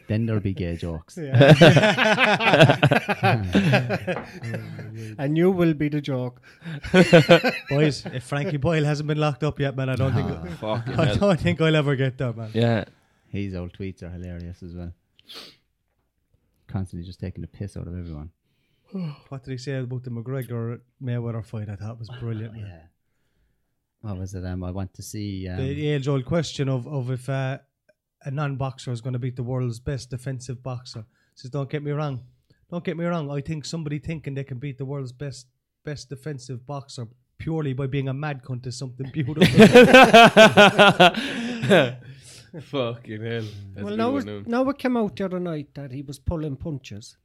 Speaker 1: Then there'll be gay jokes.
Speaker 7: And you will be the joke.
Speaker 2: boys, if Frankie Boyle hasn't been locked up yet, man, I don't think
Speaker 5: Fucking
Speaker 2: I
Speaker 5: hell.
Speaker 2: don't think I'll ever get there, man.
Speaker 5: Yeah.
Speaker 1: His old tweets are hilarious as well. Constantly just taking the piss out of everyone.
Speaker 2: What did he say about the McGregor Mayweather fight? I thought was brilliant. man.
Speaker 1: What was it? Um, I want to see. Um,
Speaker 2: the the age-old question of of if uh, a non-boxer is going to beat the world's best defensive boxer. Says, don't get me wrong, don't get me wrong. I think somebody thinking they can beat the world's best best defensive boxer purely by being a mad cunt is something beautiful.
Speaker 5: Fucking hell. That's a
Speaker 7: well,
Speaker 5: good
Speaker 7: now,
Speaker 5: one,
Speaker 7: it-
Speaker 5: no.
Speaker 7: now it came out the other night that he was pulling punches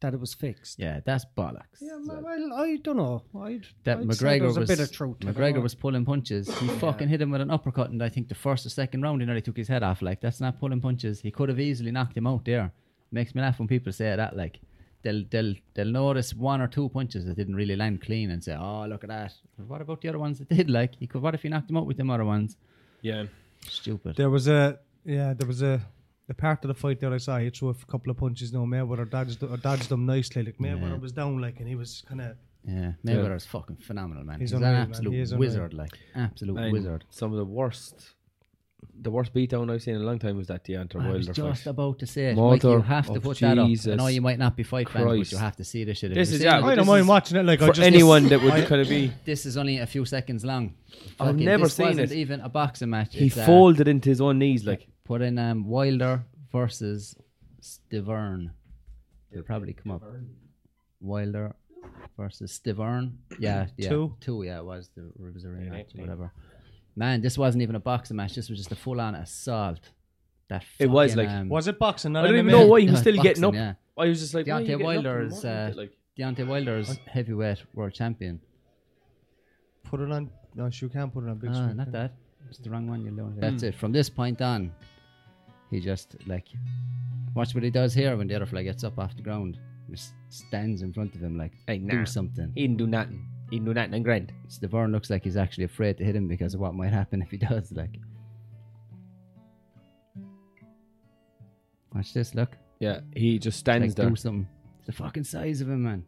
Speaker 7: that it was fixed.
Speaker 1: Yeah, that's bollocks.
Speaker 7: Yeah, ma- well, I don't know. I'd,
Speaker 1: that
Speaker 7: I'd say
Speaker 1: McGregor
Speaker 7: there's
Speaker 1: was
Speaker 7: a bit of truth. to that
Speaker 1: McGregor
Speaker 7: one.
Speaker 1: was pulling punches. He fucking hit him with an uppercut, and I think the first or second round, he nearly took his head off. Like that's not pulling punches. He could have easily knocked him out there. Makes me laugh when people say that. Like they'll they'll they'll notice one or two punches that didn't really land clean and say, "Oh, look at that." What about the other ones that did? Like he could. What if he knocked him out with them other ones?
Speaker 5: Yeah.
Speaker 1: Stupid.
Speaker 2: There was a yeah, there was a the part of the fight that I saw. He threw a couple of punches. No, Mayweather dodged or dodged them nicely. Like Mayweather
Speaker 1: Yeah.
Speaker 2: was down, like, and he was kind of
Speaker 1: Yeah, Mayweather is fucking phenomenal, man.
Speaker 2: He's
Speaker 1: He's, an
Speaker 2: unreal, man.
Speaker 1: absolute
Speaker 2: He is unreal.
Speaker 1: wizard. Like absolute
Speaker 5: And
Speaker 1: wizard.
Speaker 5: Some of the worst, the worst beatdown I've seen in a long time was that Deontay
Speaker 1: I was
Speaker 5: Wilder
Speaker 1: just
Speaker 5: fight.
Speaker 1: about to say it. Mike, you
Speaker 5: Mother
Speaker 1: have to
Speaker 5: of
Speaker 1: put that up. I
Speaker 5: Jesus
Speaker 1: know you might not be fight fans, but
Speaker 5: Christ.
Speaker 1: you have to see this shit. If
Speaker 5: This
Speaker 1: you're
Speaker 5: is
Speaker 1: seeing
Speaker 5: yeah.
Speaker 1: it,
Speaker 2: I don't
Speaker 5: this
Speaker 2: mind
Speaker 5: is-
Speaker 2: watching it. Like I
Speaker 5: For
Speaker 2: just
Speaker 5: anyone that would kind of be,
Speaker 1: This is only a few seconds long.
Speaker 5: I've
Speaker 1: Fucking-
Speaker 5: never
Speaker 1: this
Speaker 5: seen
Speaker 1: wasn't
Speaker 5: it.
Speaker 1: even a boxing match.
Speaker 5: he
Speaker 1: It's, uh,
Speaker 5: folded into his own knees like.
Speaker 1: put in um, Wilder versus Stiverne. It'll probably come up. Wilder versus Stiverne. Yeah, yeah.
Speaker 2: Two?
Speaker 1: Two, yeah, it was the it was a rematch or whatever. Man, this wasn't even a boxing match. This was just a full on assault. That
Speaker 5: It was,
Speaker 1: fucking,
Speaker 5: like-
Speaker 1: um,
Speaker 2: was it boxing?
Speaker 5: I
Speaker 2: Not
Speaker 5: don't even
Speaker 2: MMA?
Speaker 5: know why he
Speaker 1: Yeah,
Speaker 5: was still getting
Speaker 1: boxing,
Speaker 5: up.
Speaker 1: yeah.
Speaker 5: I was just like, why are you
Speaker 1: Deontay
Speaker 5: getting up in the
Speaker 1: Wilder is,
Speaker 5: morning?
Speaker 1: uh,
Speaker 5: like,
Speaker 1: Deontay Wilder's heavyweight world champion.
Speaker 2: Put it on. No, you can't put it on big
Speaker 1: Ah,
Speaker 2: screen.
Speaker 1: not that. It's the wrong one. You
Speaker 5: Hmm.
Speaker 1: know. That's it. From this point on, he just like watch what he does here when the other fly gets up off the ground. Just stands in front of him like
Speaker 5: Hey,
Speaker 1: do
Speaker 5: nah.
Speaker 1: something.
Speaker 5: he didn't do nothing. He didn't do nothing and grand.
Speaker 1: Stavern looks like he's actually afraid to hit him because of what might happen if he does. Like, watch this. Look,
Speaker 5: Yeah, he just
Speaker 1: like
Speaker 5: stands there.
Speaker 1: do something. It's the fucking size of him, man.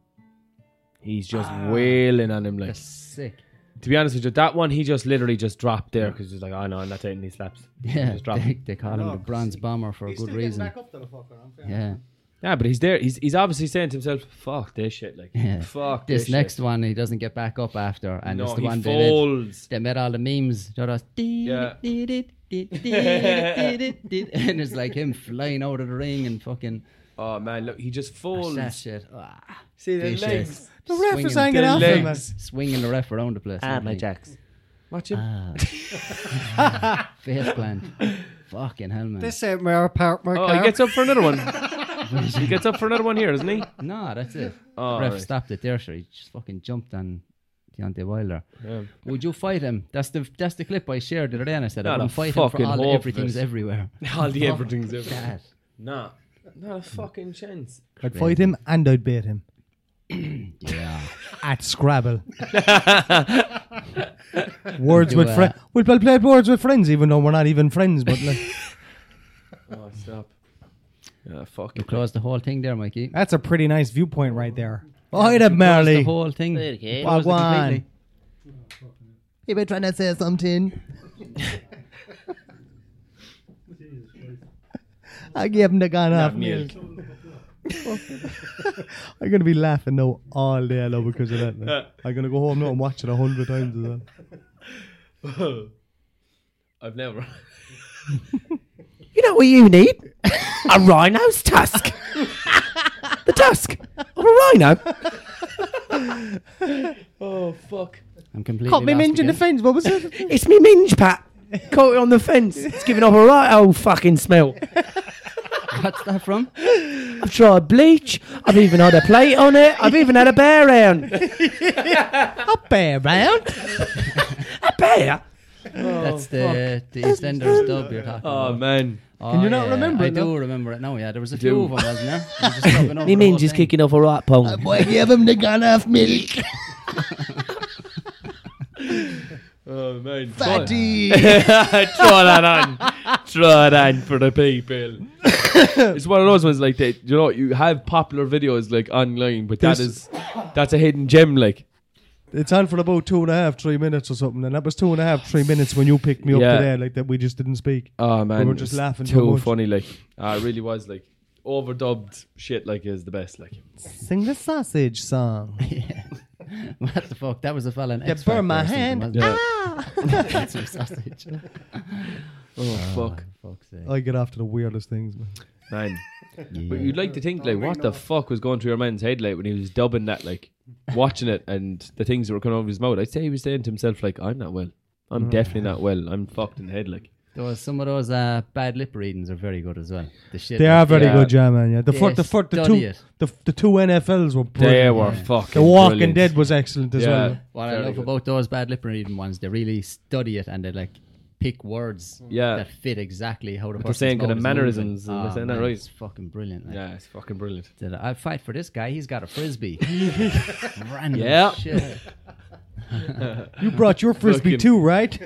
Speaker 5: He's just
Speaker 1: Ah.
Speaker 5: wailing on him like.
Speaker 1: That's sick.
Speaker 5: To be honest with you, that one he just literally just dropped there because he's like, oh no, I'm not taking these slaps. He
Speaker 1: Yeah,
Speaker 5: just dropped.
Speaker 1: they, they call him the bronze bomber for a
Speaker 2: He's
Speaker 1: good
Speaker 2: still getting
Speaker 1: reason.
Speaker 2: back up to the fucker, I'm fair.
Speaker 1: Yeah.
Speaker 5: Yeah, but he's there. He's, he's obviously saying to himself, "Fuck this shit, like
Speaker 1: Yeah.
Speaker 5: fuck this,
Speaker 1: This next
Speaker 5: shit.
Speaker 1: one, he doesn't get back up after, and
Speaker 5: No,
Speaker 1: it's the
Speaker 5: he
Speaker 1: one they did.
Speaker 5: folds.
Speaker 1: They made all the memes. They're just dee-
Speaker 5: Yeah.
Speaker 1: dee- dee- dee- dee- dee- dee- dee- and it's like him flying out of the ring and fucking
Speaker 5: Oh man, look, he just folds.
Speaker 1: that shit. Ah,
Speaker 5: See the
Speaker 1: vicious.
Speaker 5: legs.
Speaker 2: The ref is
Speaker 1: Swinging-
Speaker 2: hanging
Speaker 5: The
Speaker 2: off him. man.
Speaker 5: legs.
Speaker 1: swinging the ref around the place.
Speaker 5: Ah,
Speaker 1: isn't he?
Speaker 3: jacks.
Speaker 5: Watch him.
Speaker 1: Ah. Face plant. Fucking hell, man.
Speaker 6: This ain't my part, my
Speaker 5: oh,
Speaker 6: car.
Speaker 5: he gets up for another one. he gets up for another one here, doesn't he?
Speaker 1: No, that's it.
Speaker 5: Oh,
Speaker 1: ref
Speaker 5: right.
Speaker 1: stopped it there, sure. He just fucking jumped on Deontay Wilder.
Speaker 5: Yeah.
Speaker 1: Would you fight him? That's the that's the clip I shared the other day, and I said
Speaker 5: Not
Speaker 1: I
Speaker 5: a
Speaker 1: wouldn't fight him for
Speaker 5: fucking
Speaker 1: all the
Speaker 5: hope
Speaker 1: everything's
Speaker 5: this.
Speaker 1: everywhere.
Speaker 5: All
Speaker 1: Oh.
Speaker 5: the everything's everything.
Speaker 1: That.
Speaker 5: Nah, not a fucking chance.
Speaker 2: I'd fight him and I'd bait him
Speaker 1: Yeah.
Speaker 2: at Scrabble. words
Speaker 1: Do,
Speaker 2: with
Speaker 1: uh,
Speaker 2: friends. We'll play play words with friends, even though we're not even friends. But like,
Speaker 5: Oh, stop. Yeah, fuck
Speaker 1: You
Speaker 5: it.
Speaker 1: closed the whole thing there, Mikey.
Speaker 2: that's a pretty nice viewpoint right there. Oh, it up, Marley.
Speaker 1: The whole thing. You closed it
Speaker 2: Wagwan.
Speaker 1: completely.
Speaker 2: You been trying to say something. I gave him the gun off me. I'm gonna be laughing now all day long because of that. man. I'm gonna go home now and watch it a hundred times as well.
Speaker 5: I've never.
Speaker 3: You know what you need? a rhino's tusk. the tusk of a rhino.
Speaker 5: Oh fuck.
Speaker 1: I'm completely.
Speaker 2: Caught me
Speaker 1: lost
Speaker 2: minging the
Speaker 1: again.
Speaker 2: fence. What was it?
Speaker 3: It's me minge, Pat. Caught it on the fence. It's giving off a right old fucking smell.
Speaker 1: What's that from?
Speaker 3: I've tried bleach. I've even had a plate on it. I've even had a bear round. a bear round? a bear?
Speaker 2: Oh,
Speaker 1: That's the the EastEnders dub you're talking
Speaker 5: Oh
Speaker 1: about.
Speaker 5: man.
Speaker 1: Can
Speaker 2: you not remember
Speaker 1: I
Speaker 2: it,
Speaker 1: do
Speaker 2: no?
Speaker 1: remember it now. Yeah, there was a
Speaker 5: do.
Speaker 1: few of them, wasn't there? You just rubbing over
Speaker 3: Me
Speaker 1: the
Speaker 3: minge
Speaker 1: whole
Speaker 3: is
Speaker 1: thing.
Speaker 3: kicking off a right pong.
Speaker 2: I gave him the gun off milk.
Speaker 5: Oh man. Try that on. Try that on for the people. it's one of those ones like that. You know, you have popular videos like online, but that
Speaker 2: There's-
Speaker 5: is that's a hidden gem. Like,
Speaker 2: It's on for about two and a half, three minutes or something, and that was two and a half, three minutes when you picked me
Speaker 5: Yeah.
Speaker 2: up today, like that. We just didn't speak.
Speaker 5: oh man,
Speaker 2: were just
Speaker 5: it's
Speaker 2: laughing so
Speaker 5: Too
Speaker 2: much.
Speaker 5: funny. Like, Ah, it really was like overdubbed shit. Like, is the best. Like,
Speaker 2: Sing the sausage song.
Speaker 1: What the fuck? That was a fella in
Speaker 2: They
Speaker 1: X Factor.
Speaker 2: burn my
Speaker 1: or something,
Speaker 2: hand. Ah.
Speaker 1: wasn't it?
Speaker 5: yeah.
Speaker 1: That's some sausage.
Speaker 5: oh fuck,
Speaker 1: Fuck's sake.
Speaker 2: I get after the weirdest things. Man.
Speaker 5: man.
Speaker 1: Yeah.
Speaker 5: But you'd like to
Speaker 2: Oh,
Speaker 5: think like, what the fuck was going through your man's head like when he was dubbing that, like, watching it and the
Speaker 2: Mm.
Speaker 5: things that were coming out of his mouth. I'd say he was saying to himself like, I'm not well. I'm definitely not well. I'm fucked in the head. Like,
Speaker 1: Those, some of those uh, bad lip readings are very good as well. The shit
Speaker 2: They are very
Speaker 5: Yeah.
Speaker 2: good, yeah, man. Yeah, the fir-
Speaker 1: Yeah,
Speaker 2: the fir- the
Speaker 1: study
Speaker 2: two,
Speaker 1: it.
Speaker 2: the, the two NFLs were
Speaker 5: They
Speaker 2: brilliant.
Speaker 5: were fucking.
Speaker 2: The Walking
Speaker 5: brilliant.
Speaker 2: Dead was excellent as
Speaker 5: Yeah.
Speaker 2: well.
Speaker 1: What I
Speaker 5: Very
Speaker 1: love
Speaker 5: good.
Speaker 1: about those bad lip reading ones, they really study it and they like pick words
Speaker 5: Mm. Yeah.
Speaker 1: that fit exactly how the
Speaker 5: they're
Speaker 1: person's
Speaker 5: saying kind of
Speaker 1: mouth is moving. Oh,
Speaker 5: mannerisms and they're saying that
Speaker 1: man,
Speaker 5: right.
Speaker 1: It's fucking brilliant. Like.
Speaker 5: Yeah, it's fucking brilliant.
Speaker 1: Said, I'd fight for this guy. He's got a frisbee. Random
Speaker 5: Yeah.
Speaker 1: shit.
Speaker 2: You brought your frisbee
Speaker 5: Fucking-
Speaker 2: too, right?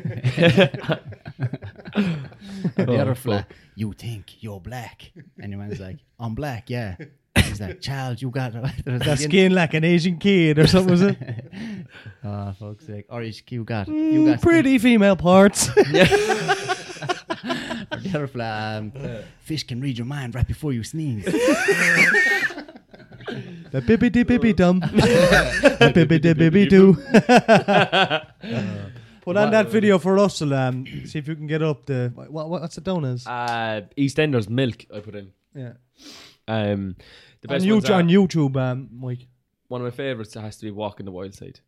Speaker 5: Oh,
Speaker 1: The other flat. You think you're black? And your man's like, I'm black. Yeah. He's like, child, you got
Speaker 2: that skin like an Asian kid or something, was it?
Speaker 1: Ah, fuck's sake. Or he's- you got,
Speaker 5: Mm,
Speaker 1: you got skin."
Speaker 2: Pretty female parts.
Speaker 1: The other flat. Um, Fish can read your mind right before you sneeze.
Speaker 2: the bibbity bibby dum. the bibbity bibby doo. Uh, Put on that video for Russell. Um, see if you can get up the. What, what, what's it down as?
Speaker 5: Uh, EastEnders milk. I put in.
Speaker 2: yeah.
Speaker 5: Um, the
Speaker 2: On
Speaker 5: best ones
Speaker 2: YouTube,
Speaker 5: are-
Speaker 2: on YouTube, um, Mike.
Speaker 5: one of my favorites has to be Walking the Wild Side.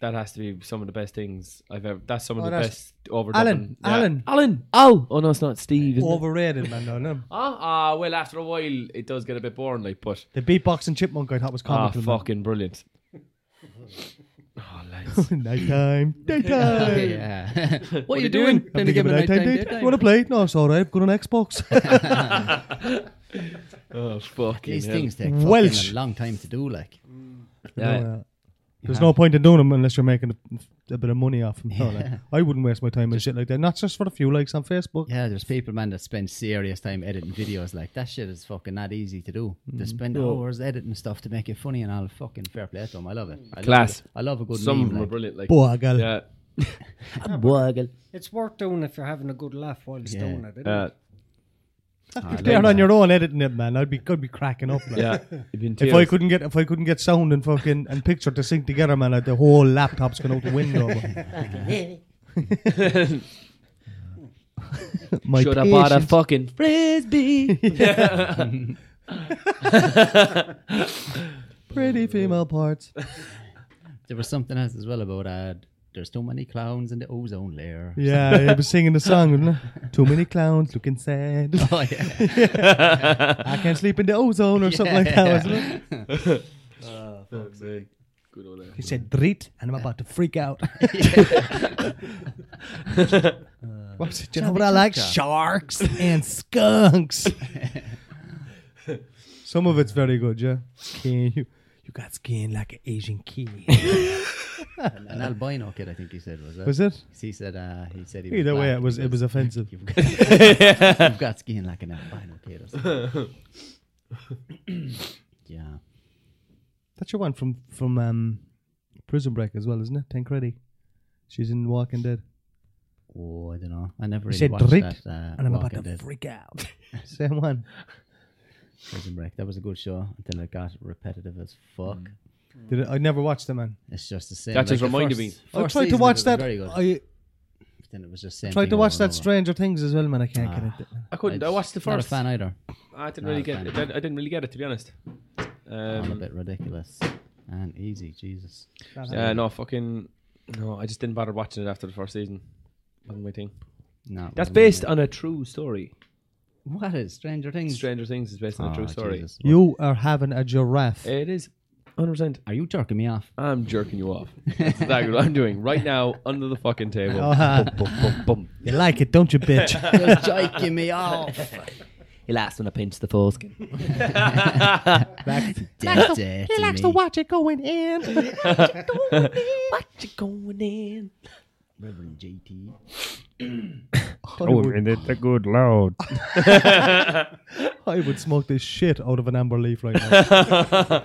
Speaker 5: That has to be some of the best things I've ever. That's some of
Speaker 2: Oh,
Speaker 5: the
Speaker 2: that's-
Speaker 5: best over.
Speaker 2: Alan, Alan.
Speaker 5: Alan. Oh, oh no, it's not Steve. Isn't it?
Speaker 2: Overrated, man. No, no.
Speaker 5: Ah, ah, well, after a while, it does get a bit boring, like, but
Speaker 2: The beatboxing chipmunk I thought was
Speaker 5: ah,
Speaker 2: comical. man.
Speaker 5: fucking brilliant. oh, lads.
Speaker 2: Nighttime, daytime.
Speaker 1: yeah. what, are
Speaker 5: are you
Speaker 1: you doing?
Speaker 2: I'm thinking of a nighttime date. You want to play? No, it's all right. I've got an Xbox.
Speaker 5: oh, fucking
Speaker 1: These
Speaker 5: hell.
Speaker 1: things take
Speaker 2: Welsh.
Speaker 1: fucking a long time to do. Like,
Speaker 2: No,
Speaker 5: Yeah.
Speaker 2: yeah. There's no point in doing them unless you're making a, a bit of money off them. No, like, I wouldn't waste my time and shit like that. Not just for a few likes on Facebook.
Speaker 1: yeah, there's people, man, that spend serious time editing videos. Like that shit is fucking not easy to do.
Speaker 2: Mm-hmm.
Speaker 1: They spend hours editing stuff to make it funny and all. Fucking fair play to them. I love it. I
Speaker 5: Class.
Speaker 1: Love it. I love a good
Speaker 5: Some
Speaker 1: meme.
Speaker 5: of them are
Speaker 1: Like.
Speaker 5: brilliant, like,
Speaker 2: Boy, girl.
Speaker 5: yeah.
Speaker 7: It's worth doing if you're having a good laugh while you're
Speaker 1: Yeah.
Speaker 7: doing it. Isn't
Speaker 5: Uh,
Speaker 7: it?
Speaker 2: If they're on your own editing it, man, I'd be could be cracking up. Like.
Speaker 5: yeah. It'd be in
Speaker 2: If I
Speaker 5: tears.
Speaker 2: couldn't get if I couldn't get sound and fucking and picture to sync together, man, like, the whole laptop's gone out the window.
Speaker 1: Uh-huh.
Speaker 2: My
Speaker 5: Should have bought a
Speaker 2: patience.
Speaker 5: fucking
Speaker 2: pretty female parts.
Speaker 1: There was something else as well about uh, there's too many clowns in the ozone layer.
Speaker 2: Yeah, I was singing the song. wasn't I? Too many clowns looking sad.
Speaker 1: Oh yeah.
Speaker 2: I can't sleep in the ozone or something like that. Wasn't it? Ah,
Speaker 5: Good old Alan.
Speaker 2: He said "drit," and I'm about to freak out. What was it? Do you know what I like? Sharks and skunks. Some of it's very good, yeah. Skin, you, you got skin like an Asian kid.
Speaker 1: An albino kid, I think he said was that.
Speaker 2: Was it?
Speaker 1: He said uh, he said he.
Speaker 2: Either
Speaker 1: was
Speaker 2: way,
Speaker 1: black
Speaker 2: it was it
Speaker 1: because
Speaker 2: was offensive.
Speaker 1: You've got, you've got skin like an albino kid. Or something. yeah.
Speaker 2: That's your one from from um, Prison Break as well, isn't it? Tancredi. She's in Walking Dead.
Speaker 1: Oh, I don't know. I never really
Speaker 2: said
Speaker 1: watched
Speaker 2: Dread,
Speaker 1: that. Uh,
Speaker 2: And I'm about
Speaker 1: Walking
Speaker 2: to
Speaker 1: Dead
Speaker 2: freak out. Same one.
Speaker 1: Prison Break. That was a good show until it got repetitive as fuck.
Speaker 2: Did I, I never watched it, man.
Speaker 1: It's just the same.
Speaker 5: Mm. That just
Speaker 1: the
Speaker 5: reminded
Speaker 1: first-
Speaker 2: I
Speaker 1: first
Speaker 2: tried to
Speaker 1: season
Speaker 2: watch
Speaker 1: was
Speaker 2: that.
Speaker 1: Very good.
Speaker 2: I
Speaker 1: then it was just same.
Speaker 2: tried
Speaker 1: thing
Speaker 2: to
Speaker 1: over
Speaker 2: watch
Speaker 1: and
Speaker 2: that
Speaker 1: over.
Speaker 2: Stranger Things as well, man. I can't
Speaker 1: Ah.
Speaker 2: get it.
Speaker 5: I couldn't. I watched the
Speaker 1: Not a
Speaker 5: first.
Speaker 1: fan either.
Speaker 5: I didn't
Speaker 1: Not
Speaker 5: really
Speaker 1: a
Speaker 5: get
Speaker 1: fan.
Speaker 5: it. I didn't really get it, to be honest.
Speaker 1: All a
Speaker 5: Um,
Speaker 1: bit ridiculous and easy. Jesus.
Speaker 5: yeah, no, fucking. No, I just didn't bother watching it after the first season. Wasn't my thing.
Speaker 1: No. it
Speaker 5: That's
Speaker 1: wasn't
Speaker 5: based
Speaker 1: really-
Speaker 5: on a true story.
Speaker 1: What is Stranger Things?
Speaker 5: Stranger Things is based on a true
Speaker 1: Oh,
Speaker 5: story.
Speaker 1: Jesus.
Speaker 2: You are having a giraffe.
Speaker 1: Eh.
Speaker 5: It is 100%.
Speaker 1: Are you jerking me off?
Speaker 5: I'm jerking you off. That's exactly what I'm doing right now under the fucking table.
Speaker 2: Uh-huh.
Speaker 5: Bum, bum, bum, bum.
Speaker 2: You like it, don't you, bitch?
Speaker 1: You're jerking me off.
Speaker 8: He likes when I pinch the foreskin.
Speaker 1: Dead, dead to me.
Speaker 2: watch it going in.
Speaker 8: What you going in?
Speaker 1: Reverend JT.
Speaker 2: I would,
Speaker 4: and it's a good load.
Speaker 2: I would smoke the shit out of an amber leaf right now.